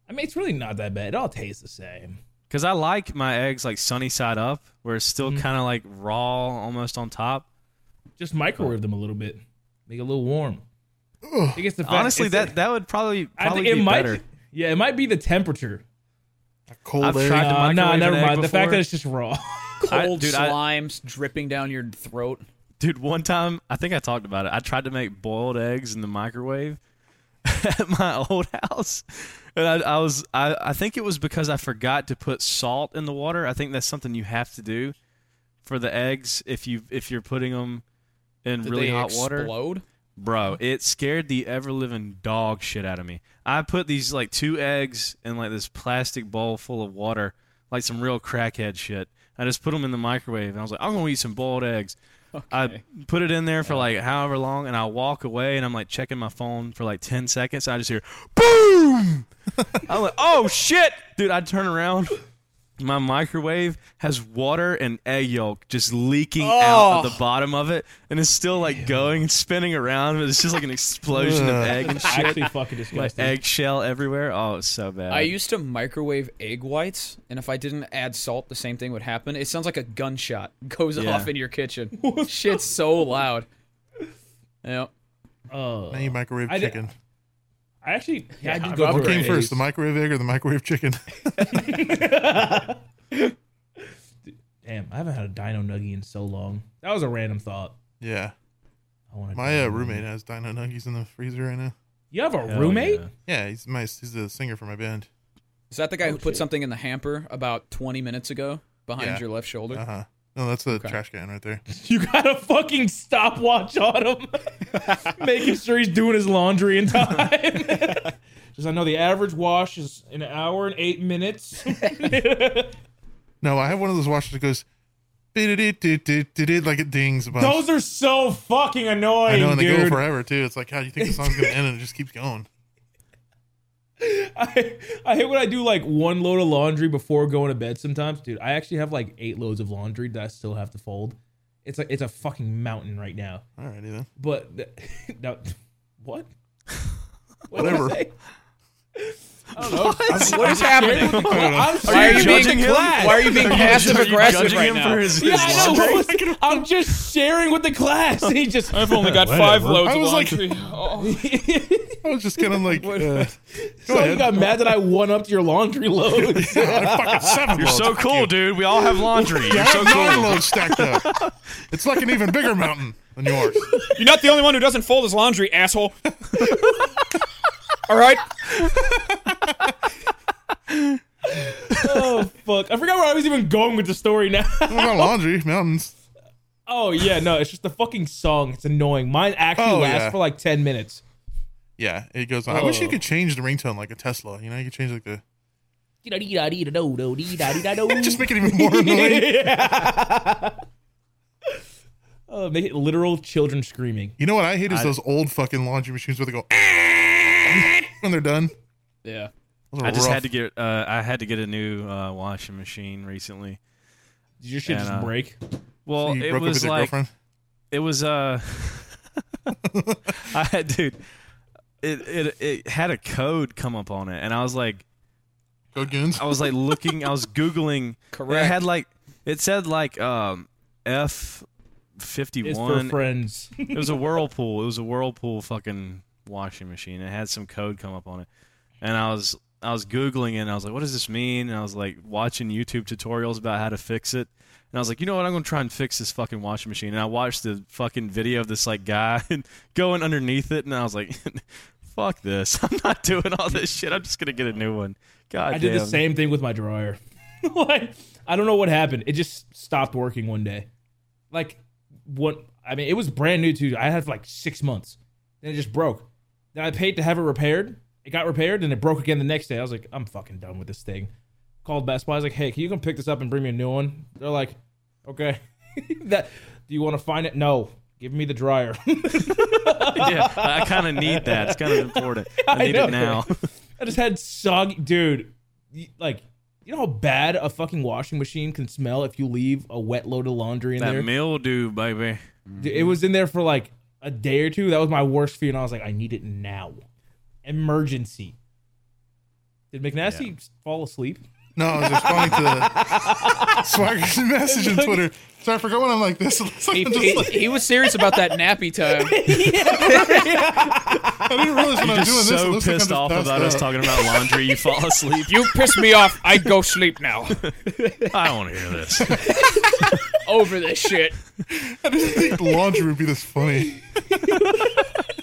I mean, it's really not that bad. It all tastes the same.
Because I like my eggs like sunny side up, where it's still kind of like raw almost on top.
Just microwave them a little bit, make it a little warm. I guess the fact
Honestly,
it's the-
that that would probably
I
probably
think it
be
might.
better. (laughs)
Yeah, it might be the temperature.
Cold
I've
air.
tried to
Uh,
microwave
no,
an
never
egg
mind. The fact
before.
that it's just raw.
(laughs) I-
Cold
dude, I-
slimes dripping down your throat.
Dude, one time I think I talked about it. I tried to make boiled eggs in the microwave (laughs) at my old house, and I, I was I, I think it was because I forgot to put salt in the water. I think that's something you have to do for the eggs if you if you're putting them in
Did
really
they
hot water.
explode?
Bro, it scared the ever living dog shit out of me. I put these like two eggs in like this plastic bowl full of water, like some real crackhead shit. I just put them in the microwave and I was like, I'm gonna eat some boiled eggs. I put it in there for like however long and I walk away and I'm like checking my phone for like 10 seconds. I just hear boom. I'm like, oh shit. Dude, I turn around. My microwave has water and egg yolk just leaking out of the bottom of it, and it's still like going and spinning around. But it's just like an explosion of
Ugh.
egg and shit,
Actually, fucking
like
disgusting.
eggshell everywhere. Oh, it's so bad.
I used to microwave egg whites, and if I didn't add salt, the same thing would happen. It sounds like a gunshot (laughs) goes
Yeah.
off in
(laughs)
your kitchen. Shit's so loud. Yeah.
Uh,
Now you microwave
I did-
chicken.
I actually, yeah, I
Yeah,
did go
What
through
came
a
first,
phase.
the microwave egg or the microwave chicken?
Damn, I haven't had a dino nugget in so long. That was a random thought.
yeah.
I want
My uh, roommate has dino nuggies in the freezer right now.
You have a
Hell
roommate?
yeah.
Yeah, he's my he's the singer for my band.
Is that the guy who put something in the hamper about 20 minutes ago behind
Yeah.
your left shoulder?
Uh-huh.
Uh huh. No, that's the trash can right there.
(laughs) You got a fucking stopwatch on him, (laughs) making sure he's doing his laundry in time. (laughs) Just I know the average wash is an hour and
(laughs)
eight minutes.
No, I have one of those watches that goes "Bididididididid," like it dings a bunch.
Those are so fucking annoying,
I know, and they
dude.
go forever too. It's like, how do you think the song's gonna end? And it just keeps going.
(laughs) I, I hate when I do like one load of laundry before going to bed. Sometimes, dude, I actually have like eight loads of laundry that I still have to fold. It's like it's a fucking mountain right now.
Alrighty then.
But (laughs) th- no, what? (laughs) What did I
Whatever.
say?
What is
(laughs)
happening?
I'm
Why are you
serious.
being, why are you
(laughs)
being passive
Are you
aggressive
judging
right
him
now?
for his-
(laughs) Yeah,
his
I know.
laundry?
What was- (laughs) I'm just sharing with the class. (laughs) And he just
I've only
(laughs)
got five
Whatever.
loads
I
of
was like-
laundry. oh.
(laughs)
I was just kind of (laughs) like, uh,
so
(laughs)
he got mad that I one upped your laundry load.
I fucking seven.
You're
loads.
so
Fuck
cool,
you.
dude. We all have laundry.
Yeah,
You're
I
so
have nine
cool.
loads stacked up. (laughs) It's like an even bigger mountain than yours.
You're not the only one who doesn't fold his laundry, asshole.
All right.
oh fuck! I forgot where I was even going with the story now. (laughs)
What about laundry mountains?
oh yeah, no, it's just the fucking song. It's annoying. Mine actually
Oh,
lasts
yeah.
for like ten minutes.
Yeah, it goes on. I wish you
Oh.
could change the ringtone like a Tesla. You know, you could change like the just
Just
make it even (laughs) more annoying.
(laughs) Oh, make it literal children screaming.
You know what I hate is those old fucking laundry machines where they go (laughs) when they're done.
Yeah.
Those are
I just
rough.
had to get uh, I had to get a new uh, washing machine recently.
Did your shit
And,
just
uh,
break?
Well,
you
it
broke up
was
with your
like
girlfriend.
it was uh (laughs) I had dude it, it it had a code come up on it and I was like
Go goons.
I was like looking
(laughs)
I was googling it
Correct.
had like it said like um F
It's
51
for friends.
it was a whirlpool it was a whirlpool fucking washing machine it had some code come up on it and I was I was googling it and I was like what does this mean and I was like watching YouTube tutorials about how to fix it and I was like, you know what? I'm gonna try and fix this fucking washing machine. And I watched the fucking video of this like guy (laughs) going underneath it, and I was like, (laughs) fuck this. (laughs) I'm not doing all this shit. I'm just gonna get a new one. God
I did the
damn.
same thing with my dryer. (laughs) like, I don't know what happened. It just stopped working one day. Like, what? I mean, it was brand new too. I had for like six months. Then it just broke. Then I paid to have it repaired. It got repaired, and it broke again the next day. I was like, I'm fucking done with this thing. Called Best Buy. I was like, Hey, can you come pick this up and bring me a new one? They're like, Okay. (laughs) that. Do you want to find it? No. Give me the dryer.
(laughs)
(laughs)
yeah, I kind of need that. It's kind of important. I
(laughs) I
need
know,
it now.
I just had soggy, dude. y- Like, you know how bad a fucking washing machine can smell if you leave a wet load of laundry in
that
there.
mildew, baby.
Dude, it was in there for like a day or two. That was my worst fear, and I was like, I need it now, emergency. Did McNasty fall asleep?
No, I was responding to
(laughs)
Swagger's (laughs) message on Twitter. Sorry, I forgot when I'm like this. (laughs) It's like
He,
I'm just
he-
like-
he was serious about that nappy time.
I didn't realize when I'm
You're
doing
just
this. it
so
looks like I'm
pissed
just
off
passed
about us
out.
talking about laundry, you fall asleep.
You piss me off. I go sleep now.
I don't want to
(laughs)
hear this.
Over this shit.
I didn't think (laughs) laundry would be this
(laughs)
funny.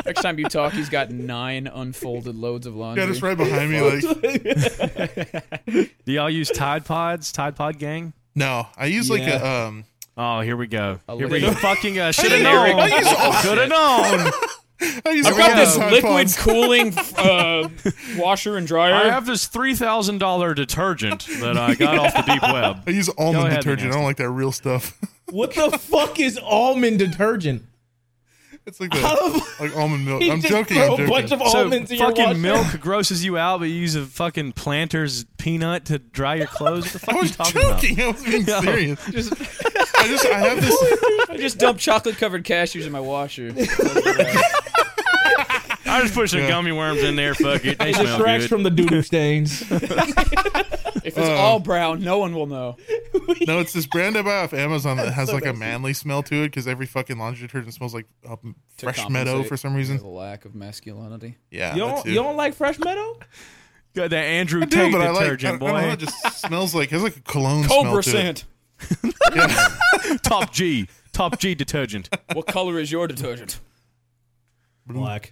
Next time you talk, he's got nine unfolded loads of laundry.
Yeah, just right behind me. Like
Do y'all use Tide Pods? Tide Pod Gang?
no, I use like a um.
Oh, here we go. Here we
little-
fucking uh, should have
Generic-
known.
I use all
Should have known.
I use
I've
a
got
couple
this
Tide
liquid
Pods.
cooling
(laughs)
uh, washer and dryer.
I have this three thousand dollar detergent that I got off the deep
I
web.
use almond
ahead,
detergent. I
Nancy.
don't like that real stuff. (laughs)
What the (laughs) fuck is almond detergent?
it's like the, (laughs) like almond milk.
(laughs) You
I'm
just
joking.
throw
I'm
a bunch
joking.
of
So
almonds in your washer.
fucking milk grosses you out, but you use a fucking planter's peanut to dry your clothes. What the
(laughs)
fuck
I
are you
was
talking
joking. I was being
No.
serious.
(laughs)
(laughs) I just I have this.
I just dumped chocolate covered cashews in
(laughs)
my washer.
about? I just put some gummy worms in there.
(laughs)
Fuck it, they
It
smell
distracts
good.
from the
(laughs)
doo-doo stains.
If it's all brown, no one will know.
No, it's this brand I buy off Amazon that has like a manly smell to it because every fucking laundry detergent smells like uh,
To
fresh meadow
compensate
for some
The
reason.
lack of masculinity.
Yeah,
You
that
don't,
too.
you don't like fresh meadow?
Got that Andrew
I do,
Tate
but I like. I, I
detergent,
don't know, it
boy.
just smells like it's like a cologne
Cobra
smell to it.
scent.
Top G, top G detergent.
What color is your detergent?
Black.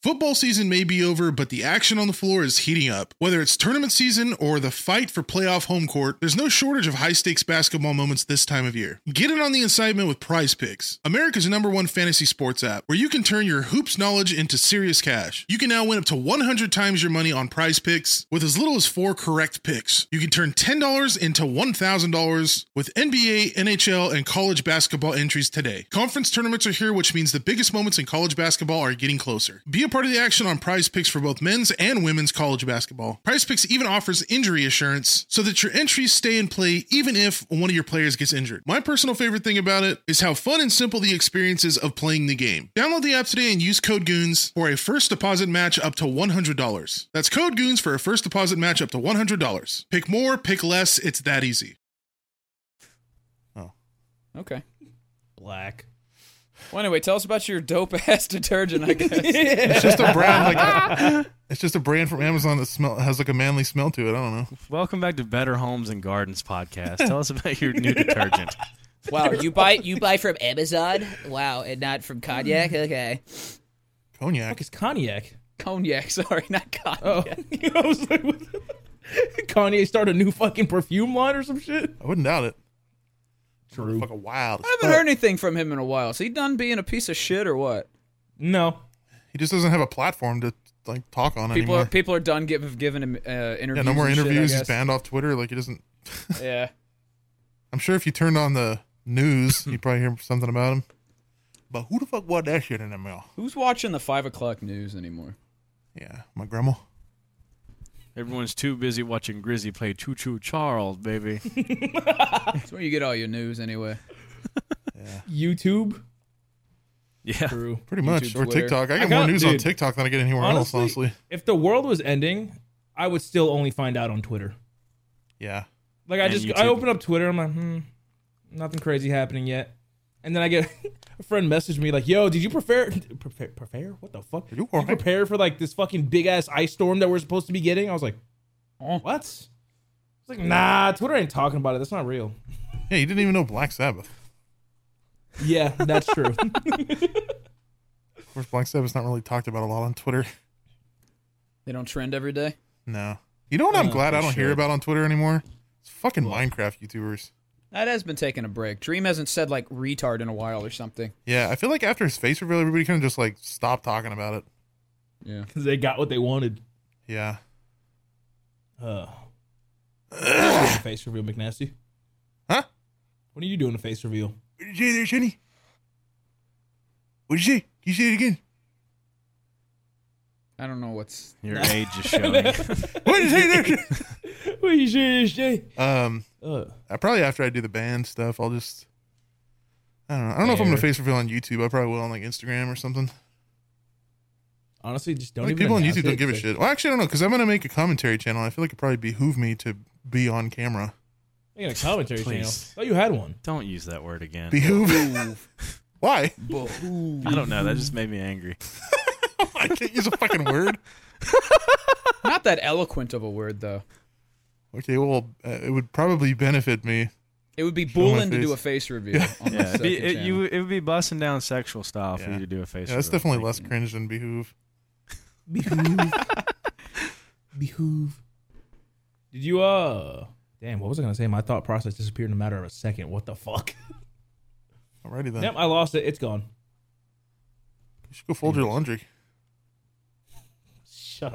Football season may be over, but the action on the floor is heating up. Whether it's tournament season or the fight for playoff home court, there's no shortage of high stakes basketball moments this time of year. Get in on the incitement with Prize Picks, America's number one fantasy sports app, where you can turn your hoops knowledge into serious cash. You can now win up to 100 times your money on Prize Picks with as little as four correct picks. You can turn $10 into $1,000 with NBA, NHL, and college basketball entries today. Conference tournaments are here, which means the biggest moments in college basketball are getting closer. Be a part of the action on prize picks for both men's and women's college basketball. Prize picks even offers injury assurance so that your entries stay in play even if one of your players gets injured. My personal favorite thing about it is how fun and simple the experience is of playing the game. Download the app today and use code GOONS for a first deposit match up to $100. That's code GOONS for a first deposit match up to $100. Pick more, pick less, it's that easy.
Okay.
Black. (laughs)
Well, anyway, tell us about your dope (laughs) ass detergent. I guess.
It's just a brand like it's just a brand from Amazon that smell has like a manly smell to it. I don't know.
Welcome back to Better Homes and
(laughs)
Gardens podcast. Tell us about your new detergent.
(laughs) Wow, you buy you buy from Amazon? Wow, and not from Cognac?
Mm.
Okay.
Cognac.
It's cognac.
Cognac. (laughs) Sorry, not cognac.
Oh, (laughs) I was like, what the- Kanye started a new fucking perfume line or some shit.
I wouldn't doubt it.
True.
Fucking wild.
I haven't heard anything from him in a while. Is he done being a piece of shit or what?
No,
He just doesn't have a platform to like talk on
People
anymore.
are people are done giving giving him uh, interviews.
yeah, no more
and shit, I
interviews. He's
guess.
banned off Twitter. Like he doesn't.
(laughs) Yeah.
I'm sure if you turned on the news, you'd probably hear something about him. But who the fuck bought that shit in the mail?
Who's watching the five o'clock news anymore?
Yeah, my grandma.
Everyone's too busy watching Grizzly play Choo Choo
(laughs)
Charles, baby.
That's where you get all your news anyway.
YouTube.
Yeah.
True.
Pretty much, or
Twitter.
TikTok. I get
I got-
more news on
dude,
TikTok than I get anywhere
Honestly,
else. Honestly,
if the world was ending, I would still only find out on Twitter.
yeah.
Like I
And
just
YouTube.
I open up Twitter, I'm like, hmm, nothing crazy happening yet. And then I get (laughs) a friend messaged me like, "Yo, did you prepare (laughs) prepare prepare? What the fuck?
you
Did you
alright?
prepare for like this fucking big ass ice storm that we're supposed to be getting?" I was like, "What?" It's like, "Nah, Twitter ain't talking about it. That's not real."
Yeah, you didn't even know Black Sabbath.
Yeah, that's true. (laughs)
Of course, Black Sabbath's not really talked about a lot on Twitter.
They don't trend every day.
No. You know what? I'm
Uh,
glad I
for
don't hear
sure.
about on Twitter anymore. It's fucking Minecraft YouTubers.
That has been taking a break. Dream hasn't said like retard in a while or something.
Yeah, I feel like after his face reveal, everybody kind of just like stopped talking about it.
Yeah.
(coughs)
Cuz they got what they wanted.
Yeah.
Uh, doing a face reveal, McNasty?
Huh?
When are you doing a face (laughs) reveal?
What did you say there, Sonny? What did you say? Can you say it (laughs) again?
I don't know what's
your age is showing.
What did you say there?
what you say, Jay?
(laughs) Um,
Uh,
I probably after I do the band stuff, I'll just. I don't know. I don't know if I'm gonna
Fair.
face reveal on YouTube. I probably will on like Instagram or something.
honestly, just don't
Like,
even.
people on
announce
YouTube
it,
don't give a
so-
shit. Well, actually, I don't know because I'm gonna make a commentary channel. I feel like it probably behoove me to be on camera.
I got a commentary
Please.
channel. Thought you had one.
Don't use that word again.
Behoove. Why?
I don't know. That just made me angry.
(laughs) I can't use a fucking word.
(laughs) not that eloquent of a word though.
Okay, well, uh, it would probably benefit me.
It would be
my
bullying to do
face.
a face reveal. On the
Yeah, it'd be,
second
it, you,
channel.
it would be busting down sexual style for
Yeah.
you to do a face.
Yeah, that's
reveal.
definitely
Like,
less cringe than behoove.
Behoove. Behoove. Did you uh? Damn, what was I gonna say? My thought process disappeared in a matter of a second. What
(laughs)
the fuck?
Alrighty then.
Yep, I lost it. It's gone.
You should go fold your laundry.
Shut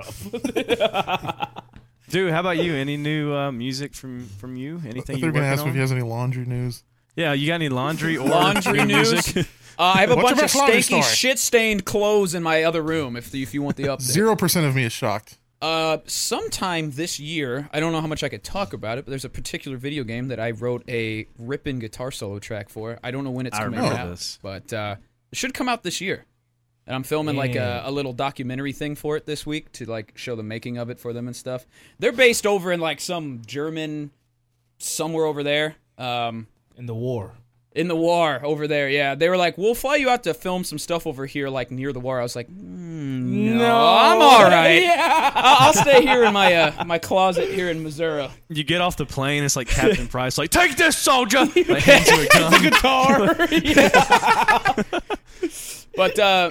up.
Dude, how about you? Any new uh, music from from you? Anything
They're
you're
gonna
working
ask me
on?
if he has any laundry news.
yeah, you got any laundry or
Laundry
new
news?
music? (laughs)
Uh, I have a
What's your
bunch of
best laundry
stanky,
story?
shit-stained clothes in my other room. If the, if you want the update,
Zero percent of me is shocked.
Uh, sometime this year, I don't know how much I could talk about it, but there's a particular video game that I wrote a ripping guitar solo track for. I don't know when it's
I
coming
remember
out,
this.
but uh, it should come out this year. And I'm filming like a, a little documentary thing for it this week to like show the making of it for them and stuff. They're based over in like some German, somewhere over there. Um,
(laughs) In the war.
in the war over there, yeah. They were like, "We'll fly you out to film some stuff over here, like near the war." I was like, "Hmm,
No,
I'm
(laughs)
all right. I- I'll stay here in my uh, my closet here in Missouri.
You get off the plane, it's like Captain Price, like take this soldier,
(laughs)
like, hands you a gun. (laughs)
Guitar.
But uh,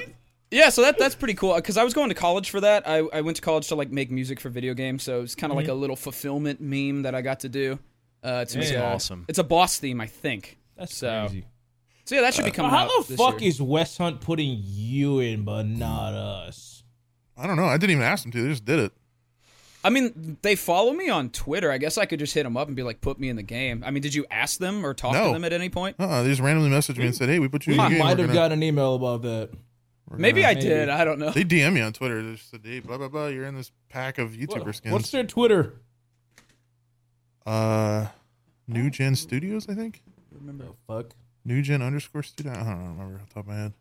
yeah, so that that's pretty cool because I was going to college for that. I, I went to college to like make music for video games, so it's kind of like
Mm-hmm.
a little fulfillment meme that I got to do. Uh, it's
That's
like a-
awesome.
It's a boss theme, I think.
That's
So-
crazy. Uh,
So yeah, that should be coming out.
How the
this
fuck
year.
is West Hunt putting you in, but not us?
I don't know. I didn't even ask them to. They just did it.
I mean, they follow me on Twitter. I guess I could just hit them up and be like, "Put me in the game." I mean, did you ask them or talk to
No.
them at any point?
Uh-uh, they just randomly messaged me and said, "Hey, we put you
We
in the game." We're
might have
gonna-
got an email about that.
we're
Maybe
gonna-
I
Maybe.
did. I don't know.
They DM you on Twitter. They just said, "Hey, blah blah blah. You're in this pack of YouTuber
What-
skins."
what's their Twitter?
uh, New Gen Studios, I think.
Remember the fuck?
New Gen underscore Studio. I don't remember off the top of my head.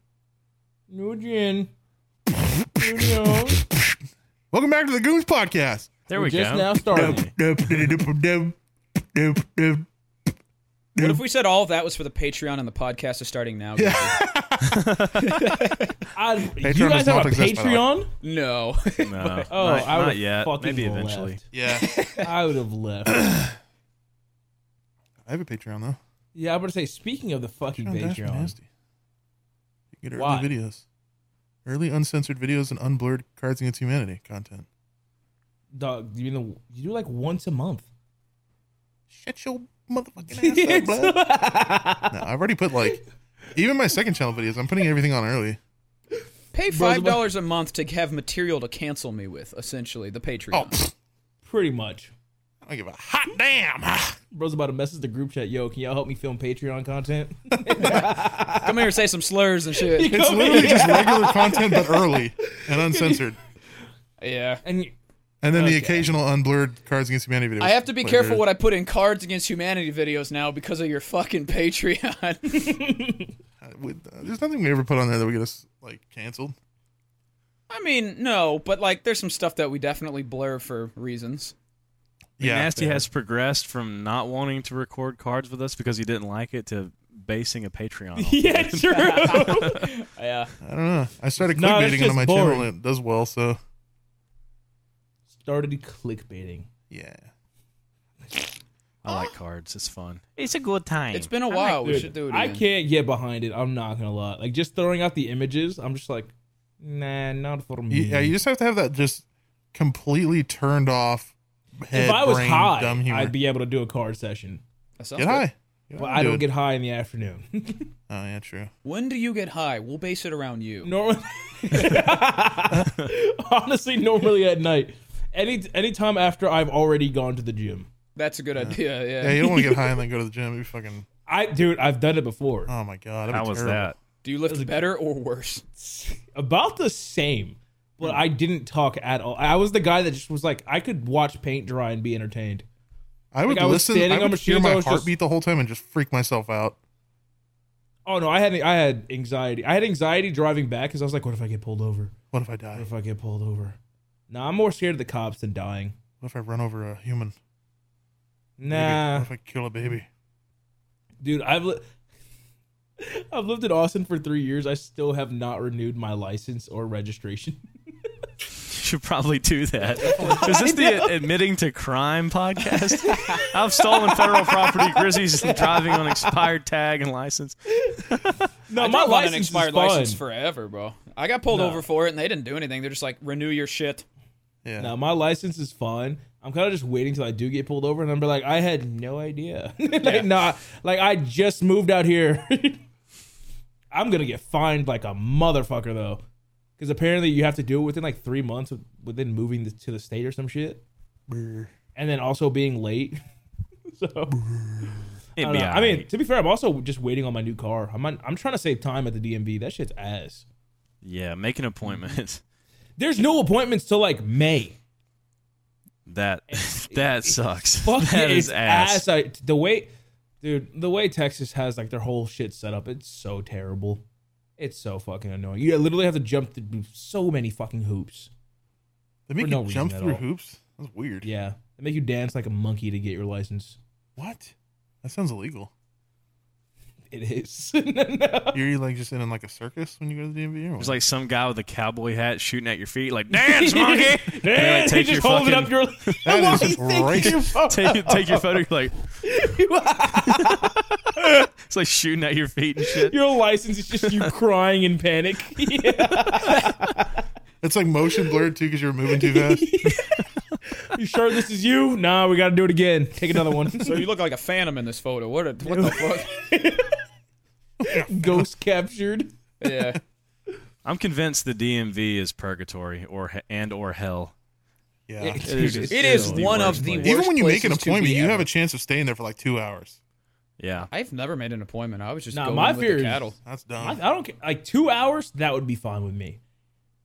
Nugin. Studio.
Welcome back to the Goons Podcast.
There we
Just
go.
now starting.
What if we said all of that was for the Patreon and the podcast is starting now?
I, you
Patreon
guys
does not
have a
exist, by the way.
Patreon?
(laughs)
No.
(laughs) No,
Oh,
not,
I would
not yet.
Fucking
Maybe eventually.
Yeah,
Left. I would have left.
I have a Patreon though.
Yeah, I'm gonna say. Speaking of the fucking
Patreon dash
Patreon,
nasty. You can get early
Why?
videos, early uncensored videos, and unblurred Cards Against Humanity content.
dog. You mean the, you do like once a month?
Shut your motherfucking ass up,
(laughs)
blood. no, I've already put like even my second channel videos. I'm putting everything on early.
Pay
Bros,
five dollars a month to have material to cancel me with, essentially the Patreon.
Oh, pfft,
Pretty much.
I don't give a hot damn. (laughs)
Bro's about to message the group chat. Yo, can y'all help me film Patreon content?
Come here, say some slurs and
(laughs)
shit.
It's (laughs) literally just regular content, but early and uncensored,
yeah.
and
and then the occasional unblurred Cards Against Humanity videos.
I have to be careful what I put in Cards Against Humanity videos now because of your fucking Patreon.
With, uh, there's nothing we ever put on there that we get us like canceled.
(laughs) I mean, no, but like, there's some stuff that we definitely blur for
(laughs)
reasons. (laughs)
Yeah, Nasty
yeah.
has progressed from not wanting to record cards with us because he didn't like it to basing a (laughs) Patreon. off.
yeah, true.
Yeah.
I don't know. I started
No, that's
clickbaiting it on
just
my channel
boring.
and it does well. So
Started clickbaiting.
yeah,
(laughs) I like cards. It's fun. It's a good time.
It's been a while. we
Dude,
should do it.
I
again.
can't get behind it. I'm not gonna lie. Like just throwing out the images, I'm just like, nah, not for me.
You- yeah. You just have to have that just completely turned off. Head,
if I was
brain,
high,
dumb humor.
I'd be able to do a card session.
That sounds
get
good.
high. Get
But
high,
I don't
dude.
get high in the afternoon. (laughs)
Oh yeah, true.
When do you get high? We'll base it around you.
normally, (laughs) honestly, normally at night. Any anytime after I've already gone to the gym.
That's a good idea. Yeah.
Yeah, you don't want to get high and then
(laughs)
go to the gym. You fucking.
I dude, I've done it before.
Oh my god. that'd be
How was
terrible.
that?
Do you lift better or worse?
About the same, but I didn't talk at all. I was the guy that just was like, I could watch paint dry and be entertained.
I would
Like, I was
listen.
standing
I
on
would
machines,
hear
I
my
was just-
heartbeat the whole time and just freak myself out.
Oh no, I had I had anxiety. I had anxiety driving back because I was like, what if I get pulled over?
What if I
What
die?
if I get pulled over? Nah, I'm more scared of the cops than dying.
What if I run over a human?
Nah,
What if I kill a baby?
dude, I've li- (laughs) I've lived in Austin for three years. I still have not renewed my license or registration.
(laughs) should probably do that. Is (laughs) this the admitting to crime podcast? (laughs) I've stolen federal property, Grizzlies driving on expired tag and license.
No, (laughs)
I
(laughs) my
drove on
license
an expired
is fun.
license forever, bro. I got pulled over for it, and they didn't do anything. They're just like, renew
(laughs)
your shit.
Yeah.
No, my license is fine. I'm kind of just waiting till I do get pulled over, and I'm be like, I had no idea. (laughs) like, nah, like I just moved out here. (laughs) I'm gonna get fined like a motherfucker though, because apparently you have to do it within like three months of, within moving to the state or some shit, and then also being late. so I don't
It'd
know.
be
I mean, to be fair, I'm also just waiting on my new car. I'm on, I'm trying to save time at the DMV. That shit's ass.
yeah, make an appointment. (laughs)
There's no appointments till like May.
(laughs) That that sucks. (laughs)
Fuck
that
it,
is
it's
ass.
I, the way, dude, the way Texas has like their whole shit set up, it's so terrible. It's so fucking annoying. You literally have to jump through so many fucking hoops.
They make
for no
you jump
reason at
through
all.
hoops. That's weird.
Yeah, they make you dance like a monkey to get your license.
What? That sounds illegal.
It is. (laughs) No.
You're like just in like a circus when you go to the DMV. Or what?
There's like some guy with a cowboy hat shooting at your feet, like dance
(laughs)
monkey. And they, like,
Man,
take
you
your
just hold it
fucking
up your.
(laughs)
That
(laughs) Why
is
you think
racist.
you're fucking-
take, take your photo. you're Like (laughs) it's like shooting at your feet and shit.
Your license
(laughs)
is just you crying in panic. (laughs) Yeah.
It's like motion blurred too because you're moving too fast.
You sure this is you? Nah, we gotta do it again. Take another one.
(laughs)
(laughs)
So you look like a phantom in this photo. What, a, what the fuck?
Ghost captured.
Yeah.
I'm convinced the DMV is purgatory or he- and or hell.
Yeah.
is-
Dude, it's
It is
It's the
one
worst
of the
place.
worst.
Even when you make an
places to
appointment,
be
you have
ever.
a chance of staying there for like two hours.
Yeah.
I've never made an appointment. I was just
Nah,
going
my
with
fear
the
is-
cattle.
That's
I, I
dumb.
don't care. Like two hours, that would be fine with me.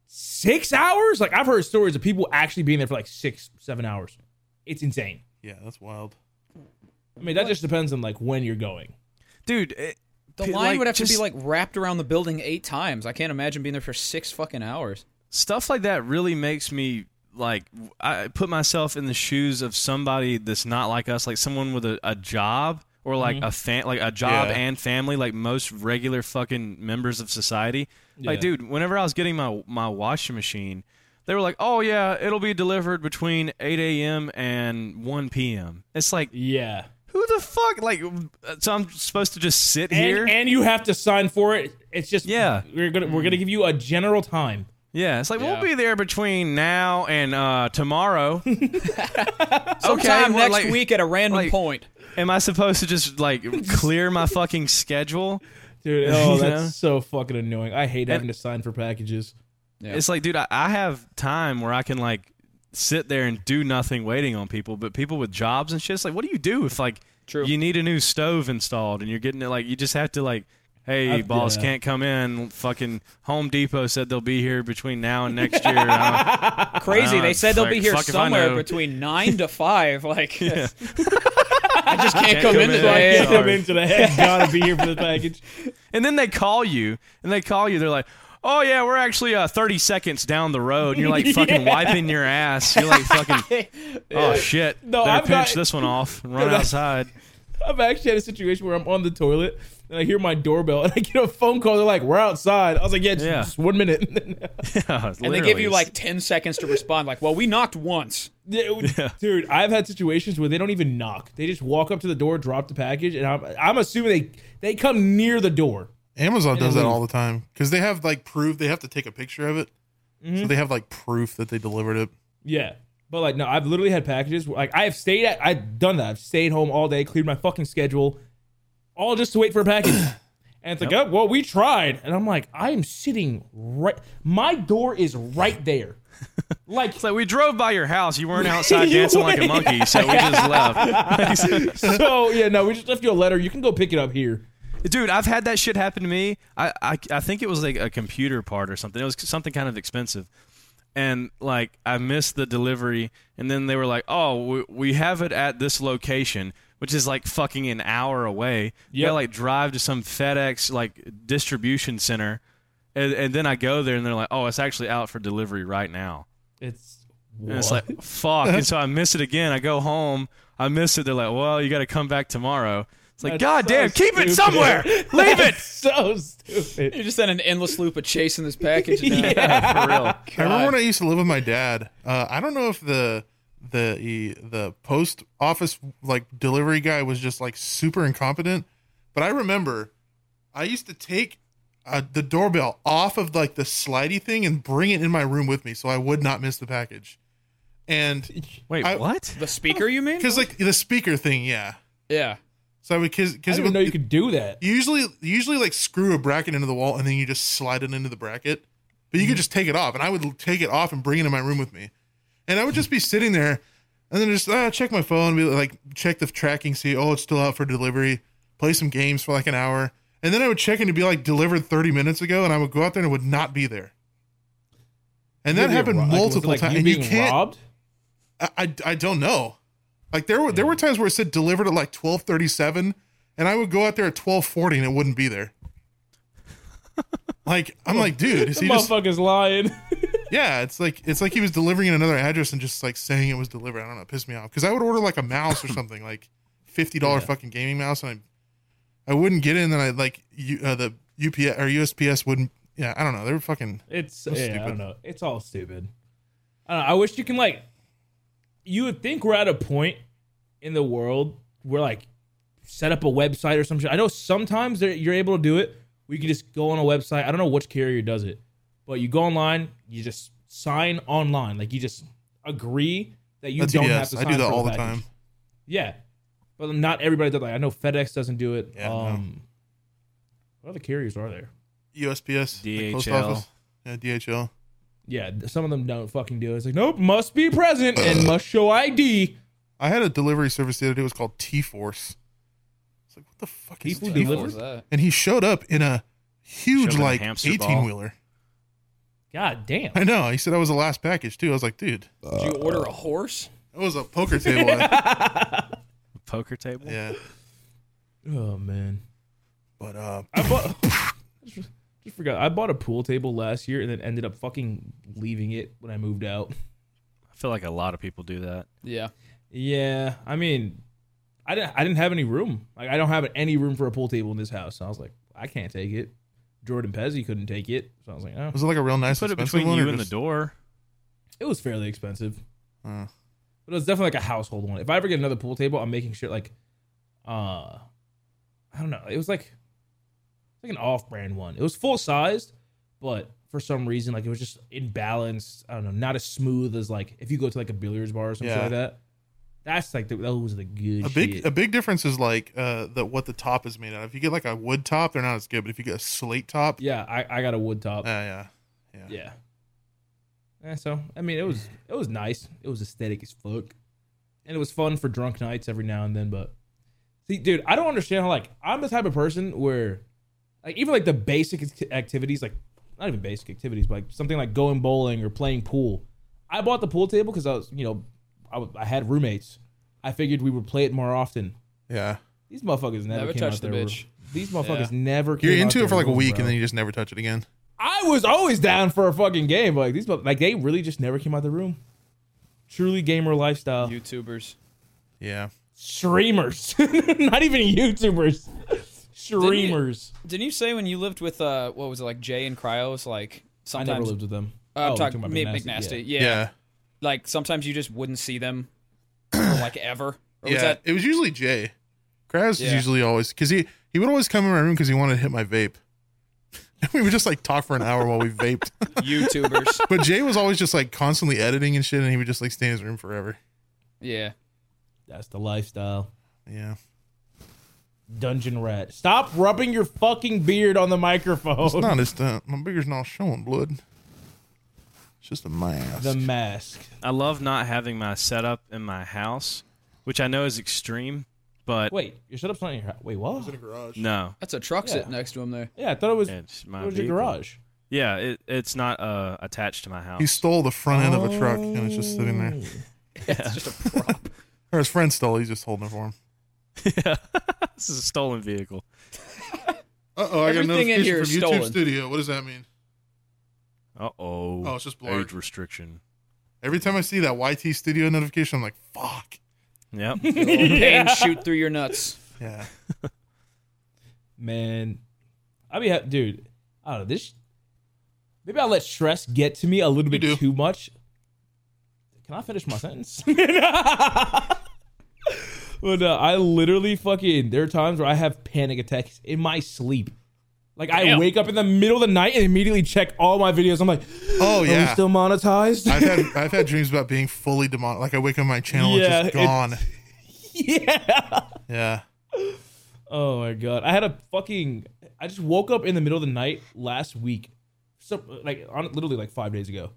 Six hours? Like I've heard stories of people actually being there for like six, seven hours. It's insane.
Yeah, that's wild.
I mean, that just depends on like when you're going.
Dude, it,
The
pe-
line would have to be
just-
like wrapped around the building eight times. I can't imagine being there for six fucking hours.
stuff like that really makes me like I put myself in the shoes of somebody that's not like us, like someone with a, a job or like a fan, like a job
Yeah.
and family, like most regular fucking members of society. Like,
Yeah.
dude, whenever I was getting my my washing machine, they were like, "Oh yeah, it'll be delivered between 8 a.m. and 1 p.m." It's like,
Yeah.
who the fuck? Like, so I'm supposed to just sit here?
And, and you have to sign for it. It's just
Yeah.
We're gonna we're gonna give you a general time.
yeah, it's like
Yeah.
we'll be there between now and uh, tomorrow.
Sometime
well,
next
like-
week at a random
like-
point.
Am I supposed to just
(laughs)
like clear my fucking schedule?
Dude, oh, (laughs)
You
that's
know?
so fucking annoying. I hate having to sign for packages.
Yeah.
It's like, dude, I, I have time where I can like sit there and do nothing waiting on people, but people with jobs and shit, it's like, what do you do if like
True.
you need a new stove installed and you're getting it like you just have to like Hey,
I've-
boss
yeah.
can't come in. Fucking Home Depot said they'll be here between now and next
(laughs)
year. I
Crazy.
Uh,
they said they'll
fuck-
be here
fuck if I
somewhere
know.
between nine to five. Like, (laughs) I just can't,
Can't
come,
come
in
in.
today.
Yeah.
Get them into the head. Gotta be here for the package.
And then they call you, and they call you. They're like, "Oh yeah, we're actually uh, 30 seconds down the road." And you're
(laughs)
like fucking wiping your ass. You're like fucking, oh shit,
No,
better
I've
pinch
got-
this one
(laughs)
off and run
That's-
outside. (laughs)
I've actually had a situation where I'm on the toilet and I hear my doorbell (laughs) and I get a phone call. They're like, "We're outside." I was like, "Yeah, just,
Yeah.
just one minute." (laughs)
Oh, (laughs)
And they give you like 10 seconds to respond. Like, well, we knocked once.
Yeah,
(laughs)
it- Dude, I've had situations where they don't even knock. They just walk up to the door, drop the package, and I'm I'm assuming they they come near the door.
Amazon does
then
that
leave.
all the time because they have like proof. They have to take a picture of it,
Mm-hmm.
so they have like proof that they delivered it.
Yeah. But like no, I've literally had packages where, like I have stayed at
(coughs)
I've done that. I've stayed home all day, cleared my fucking schedule, all just to wait for a package. and And it's like, oh, well, we tried. And I'm like, I am sitting right. My door is right there. Like,
(laughs) It's like we drove by your house. You
(laughs)
weren't outside dancing like a monkey, so we just left. (laughs)
(laughs)
so yeah, no, we just left you a letter. You can go pick it up here.
Dude, I've had that shit happen to me. I, I, I think it was like a computer part or something. It was something kind of expensive. And like I missed the delivery, and then they were like, "Oh, we, we have it at this location, which is like fucking an hour away." Yeah,
Yep.
like drive to some FedEx like distribution center, and, and then I go there, and they're like, "Oh, it's actually out for delivery right now."
It's
And it's like, fuck.
(laughs)
and so I miss it again. I go home. I miss it. They're like, well, you got to come back tomorrow. It's like,
That's
god
so
damn, keep
stupid.
it somewhere.
(laughs)
Leave it.
so stupid.
You're just in an endless loop of chasing this package. Now.
Yeah, for real.
I remember when I used to live with my dad. Uh, I don't know if the the e- the post office like delivery guy was just like super incompetent, but I remember I used to take uh, the doorbell off of like the slidey thing and bring it in my room with me so I would not miss the package. And
Wait,
I-
what?
(laughs) The speaker, you mean?
because like the speaker thing, yeah.
Yeah.
So I would because
I
because
didn't know you could do that.
usually usually like screw a bracket into the wall and then you just slide it into the bracket but
Mm-hmm.
you could just take it off and i would l- take it off and bring it in my room with me and i would just be sitting there and then just ah, check my phone be like check the tracking see oh it's still out for delivery play some games for like an hour and then i would check and it'd be like delivered 30 minutes ago and i would go out there and it would not be there and that
You're being
happened
ro- like, was it
multiple
like
times
You
and you
being
can't
(laughs) robbed.
I, I, I don't know. Like there were there
Hmm.
were times where it said delivered at like twelve thirty seven, and I would go out there at twelve forty and it wouldn't be
(laughs)
there. Like I'm like, dude, is
The
he just
motherfucker's lying.
yeah? It's like it's like he was delivering in another address and just like saying it was delivered. I don't know, it pissed me off because I would order like a mouse
(laughs)
or something like fifty dollar fucking gaming mouse, and I I wouldn't get it, and then I like you uh, the UPS or USPS wouldn't. Yeah, I don't know. They were fucking.
(laughs) It's
So
yeah, I
stupid.
don't know. It's all stupid. I don't know. I wish you can like. You would think we're at a point in the world where like set up a website or some shit. I know sometimes there- you're able to do it. We can just go on a website. I don't know which carrier does it, but you go online. You just sign online. Like you just agree that you
That's
don't
UPS.
have to.
I
Sign
do that
for
all the
package.
time.
Yeah, but not everybody does. Like I know FedEx doesn't do it.
Yeah, no.
um, what other carriers are there?
USPS, like, post
DHL.
office, yeah, DHL.
Yeah, th- some of them don't fucking do it. It's like, nope, must be present and
(coughs)
must show ID.
I had a delivery service the other day. It was called T Force. It's like what the fuck is
People
T
deliver?
Force?
What was that?
And he showed up in a
Showed
huge
him a
like
hamster ball.
eighteen wheeler. (laughs)
God damn.
I know. He said I was the last package too. I was like, dude,
Did you order
Uh,
a horse?
that was a poker
(laughs)
table. yeah.
Poker table.
Oh man,
But uh,
I bought. just forgot. I bought a pool table last year and then ended up fucking leaving it when I moved out.
I feel like a lot of people do that.
Yeah.
Yeah, I mean, I didn't. I didn't have any room. Like, I don't have any room for a pool table in this house. So I was like, I can't take it. Jordan Pezzi couldn't take it, so I was like, oh,
was it like a real nice
Put it
expensive
between
one?
you
or
and the
just-
door.
it was fairly expensive.
Uh,
But it was definitely like a household one. If I ever get another pool table, I'm making sure like uh I don't know. It was like like an off brand one. It was full sized, but for some reason, like it was just imbalanced. I don't know, not as smooth as like if you go to like a billiards bar or something
Yeah.
like that. That's like the, those are the good
a big
shit.
a big difference is like uh the what the top is made out of. If you get like a wood top, they're not as good. But if you get a slate top,
yeah, I, I got a wood top.
uh, yeah,
yeah. Eh, so I mean, it was it was nice. It was aesthetic as fuck, and it was fun for drunk nights every now and then. But see, dude, I don't understand how like I'm the type of person where like even like the basic act- activities, like not even basic activities, but like something like going bowling or playing pool. I bought the pool table because I was you know I, w- I had roommates. I figured we would play it more often.
yeah.
These motherfuckers never,
Never
came
touched
out
the
their
bitch.
room. These motherfuckers never. Came
You're
out
into
their
it for like a
room,
week
bro.
and then you just never touch it again.
I was always down for a fucking game. but, Like these, mo- like they really just never came out of the room. Truly gamer lifestyle.
YouTubers.
Yeah.
Streamers, (laughs) not even YouTubers. Streamers.
Didn't you say when you lived with uh what was it like Jay and Cryos like
I
sometimes
never lived with them.
Uh, I'm
Oh,
talking
you're
about McNasty. Yeah.
Yeah.
Like sometimes you just wouldn't see them (coughs) like ever. Or was
yeah, (laughs)
that
it was usually Jay. Kraz is
Yeah.
usually always because he he would always come in my room because he wanted to hit my vape. (laughs) And we would just like talk for an hour while we vaped. (laughs)
YouTubers?
but Jay was always just like constantly editing and shit, and he would just like stay in his room forever.
yeah.
That's the lifestyle.
Yeah,
Dungeon rat. Stop rubbing your fucking beard on the microphone.
It's not. It's the, my beard's not showing blood. It's just a mask.
(laughs) the mask.
I love not having my setup in my house, which I know is extreme, but
Wait, your setup's not in your house. Wait, what?
garage.
no.
That's a truck
Yeah.
sitting next to him there.
Yeah, I thought it was. It
It's my
was your
vehicle.
garage.
Yeah, it, it's not uh, attached to my house.
He stole the front end of a truck and it's just sitting there.
It's just
(laughs)
a prop.
Or his friend stole. it, He's just holding it for him.
(laughs) yeah. this is a stolen vehicle.
Uh oh! I
got a Everything in notification here is from YouTube stolen.
Studio. What does that mean?
Uh oh.
Oh, it's just blurred.
Age restriction.
Every time I see that YT Studio notification, I'm like, fuck.
Yep.
Pain shoot through your nuts.
Yeah.
Man, I be ha- dude. I don't know this. Maybe I let stress get to me a little bit
do.
too much. Can I finish my sentence? (laughs) but uh, I literally fucking. There are times where I have panic attacks in my sleep. Like I wake up in the middle of the night and immediately check all my videos. I'm like,
Oh
are we
yeah.
still monetized?
I've had I've had dreams about being fully demon. Like I wake up, my channel
Yeah,
is just
it-
gone.
(laughs) yeah.
Yeah.
Oh my god! I had a fucking. I just woke up in the middle of the night last week, so like on literally like five days ago.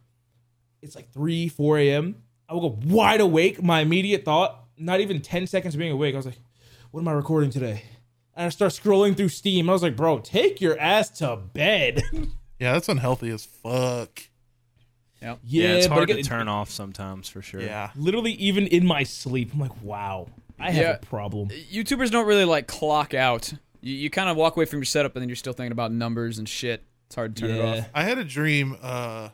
It's like three, four a.m. I woke up wide awake. My immediate thought, not even ten seconds of being awake, I was like, "What am I recording today?" And I start scrolling through Steam. I was like, "Bro, take your ass to bed." (laughs)
Yeah, that's unhealthy as fuck.
yeah, it's
but
hard
again,
to turn off sometimes for sure.
Yeah.
Literally, even in my sleep, I'm like, "Wow, I have
Yeah.
a problem."
YouTubers don't really like clock out. You, you kind of walk away from your setup and then you're still thinking about numbers and shit. It's hard to turn it
Yeah.
off.
I had a dream. Uh,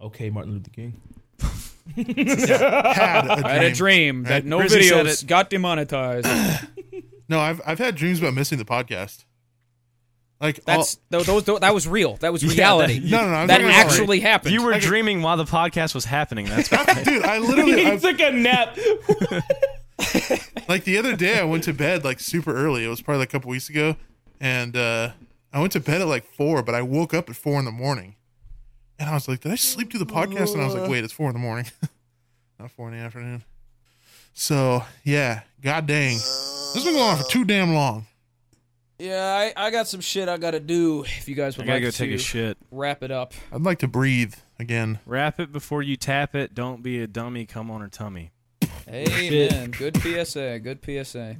Okay, Martin Luther King. (laughs)
had a dream.
(laughs) I had a dream that
Right?
no
Brizzy said
videos
it. Oh.
got demonetized.
No, I've I've had dreams about missing the podcast. Like
That's
all-
tho- those, tho- that was real. That was
Yeah, that-
reality.
(laughs)
No, no, no, I'm
that
talking about-
actually happened.
You were dreaming while the podcast was
(laughs)
happening. That's
dude. I
(laughs)
literally
he
I,
took a
(laughs)
nap.
like the other day I went to bed like super early. It was probably like a couple weeks ago, and uh, I went to bed at like four, but I woke up at four in the morning, and I was like, "Did I sleep through the podcast?" And I was like, "Wait, it's four in the morning, (laughs) not four in the afternoon." So yeah, god dang, this has been going on for too damn long.
yeah, I, I got some shit I gotta do. If you guys
I
would
gotta
like
go
to
take a shit.
wrap it up.
I'd like to breathe again.
Wrap it before you tap it. Don't be a dummy. Come on her tummy.
Amen. Good PSA. Good PSA.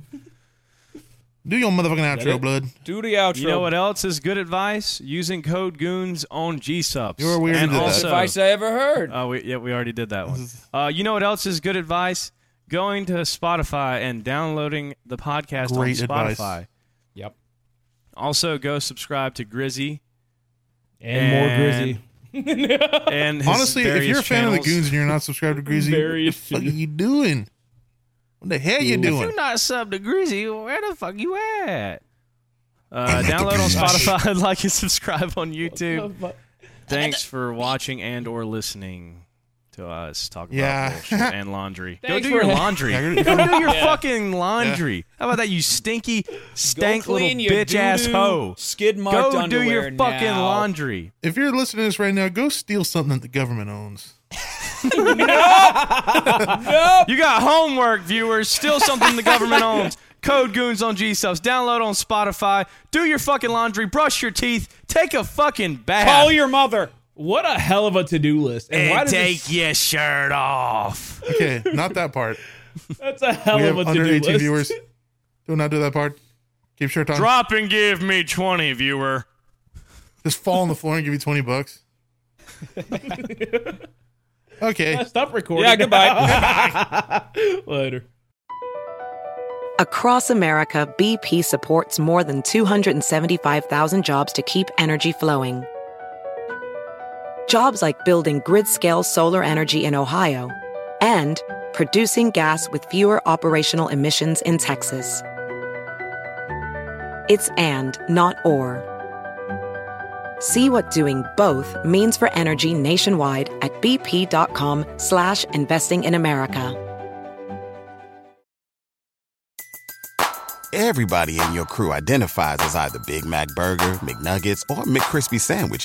Do your motherfucking
That
outro,
it?
blood.
Do the outro.
You know what else is good advice? Using code goons on G subs.
You're weird
And
to do that.
also,
advice I ever heard.
Oh, we, yeah, we already did
(laughs)
that one. Uh, you know what else is good advice? Going to Spotify and downloading the podcast
Great
on Spotify.
advice.
Yep.
Also, go subscribe to Grizzy
and more Grizzy.
and his
Honestly, if
various
you're a fan of
channels.
the Goons and you're not subscribed to Greasy, what the
Various
fuck are you doing? What the hell you doing?
not sub to Greasy, where the fuck you at? Uh,
I'm at the
download on
Greasy.
Spotify, (laughs) like and subscribe on YouTube.
(laughs)
Thanks for watching and or listening to us talk about
Yeah.
bullshit and laundry. Go
Thanks
do
for
your
(laughs) that.
laundry.
Yeah,
Go do your fucking laundry. How about that, you stinky, stank little
clean your
bitch ass
doo-doo,
hoe?
skid-marked
Go do your
underwear
fucking
now.
laundry.
If you're listening to this right now, go steal something that the government owns.
You got homework, viewers. Still something the
(laughs)
government owns. Code Goons on G Subs. Download on Spotify. Do your fucking laundry. Brush your teeth. Take a fucking bath.
Call your mother.
What a hell of a to-do list. And, why
and
does
take
this,
your shirt off.
Okay, not that
(laughs)
part.
that's a hell
we
of
have
a
under
to-do
18
list. (laughs)
viewers. Do not do that part. Keep shirt on.
Drop and give me 20, viewer.
Just fall on the floor and give you 20 bucks. okay.
Stop recording.
(laughs)
Yeah, goodbye.
(laughs) Later.
Across America, BP supports more than 275,000 jobs to keep energy flowing. Jobs like building grid scale solar energy in Ohio and producing gas with fewer operational emissions in Texas. It's and, not or. See what doing both means for energy nationwide at bp.com slash investing in America.
Everybody in your crew identifies as either Big Mac Burger, McNuggets, or McCrispy Sandwich.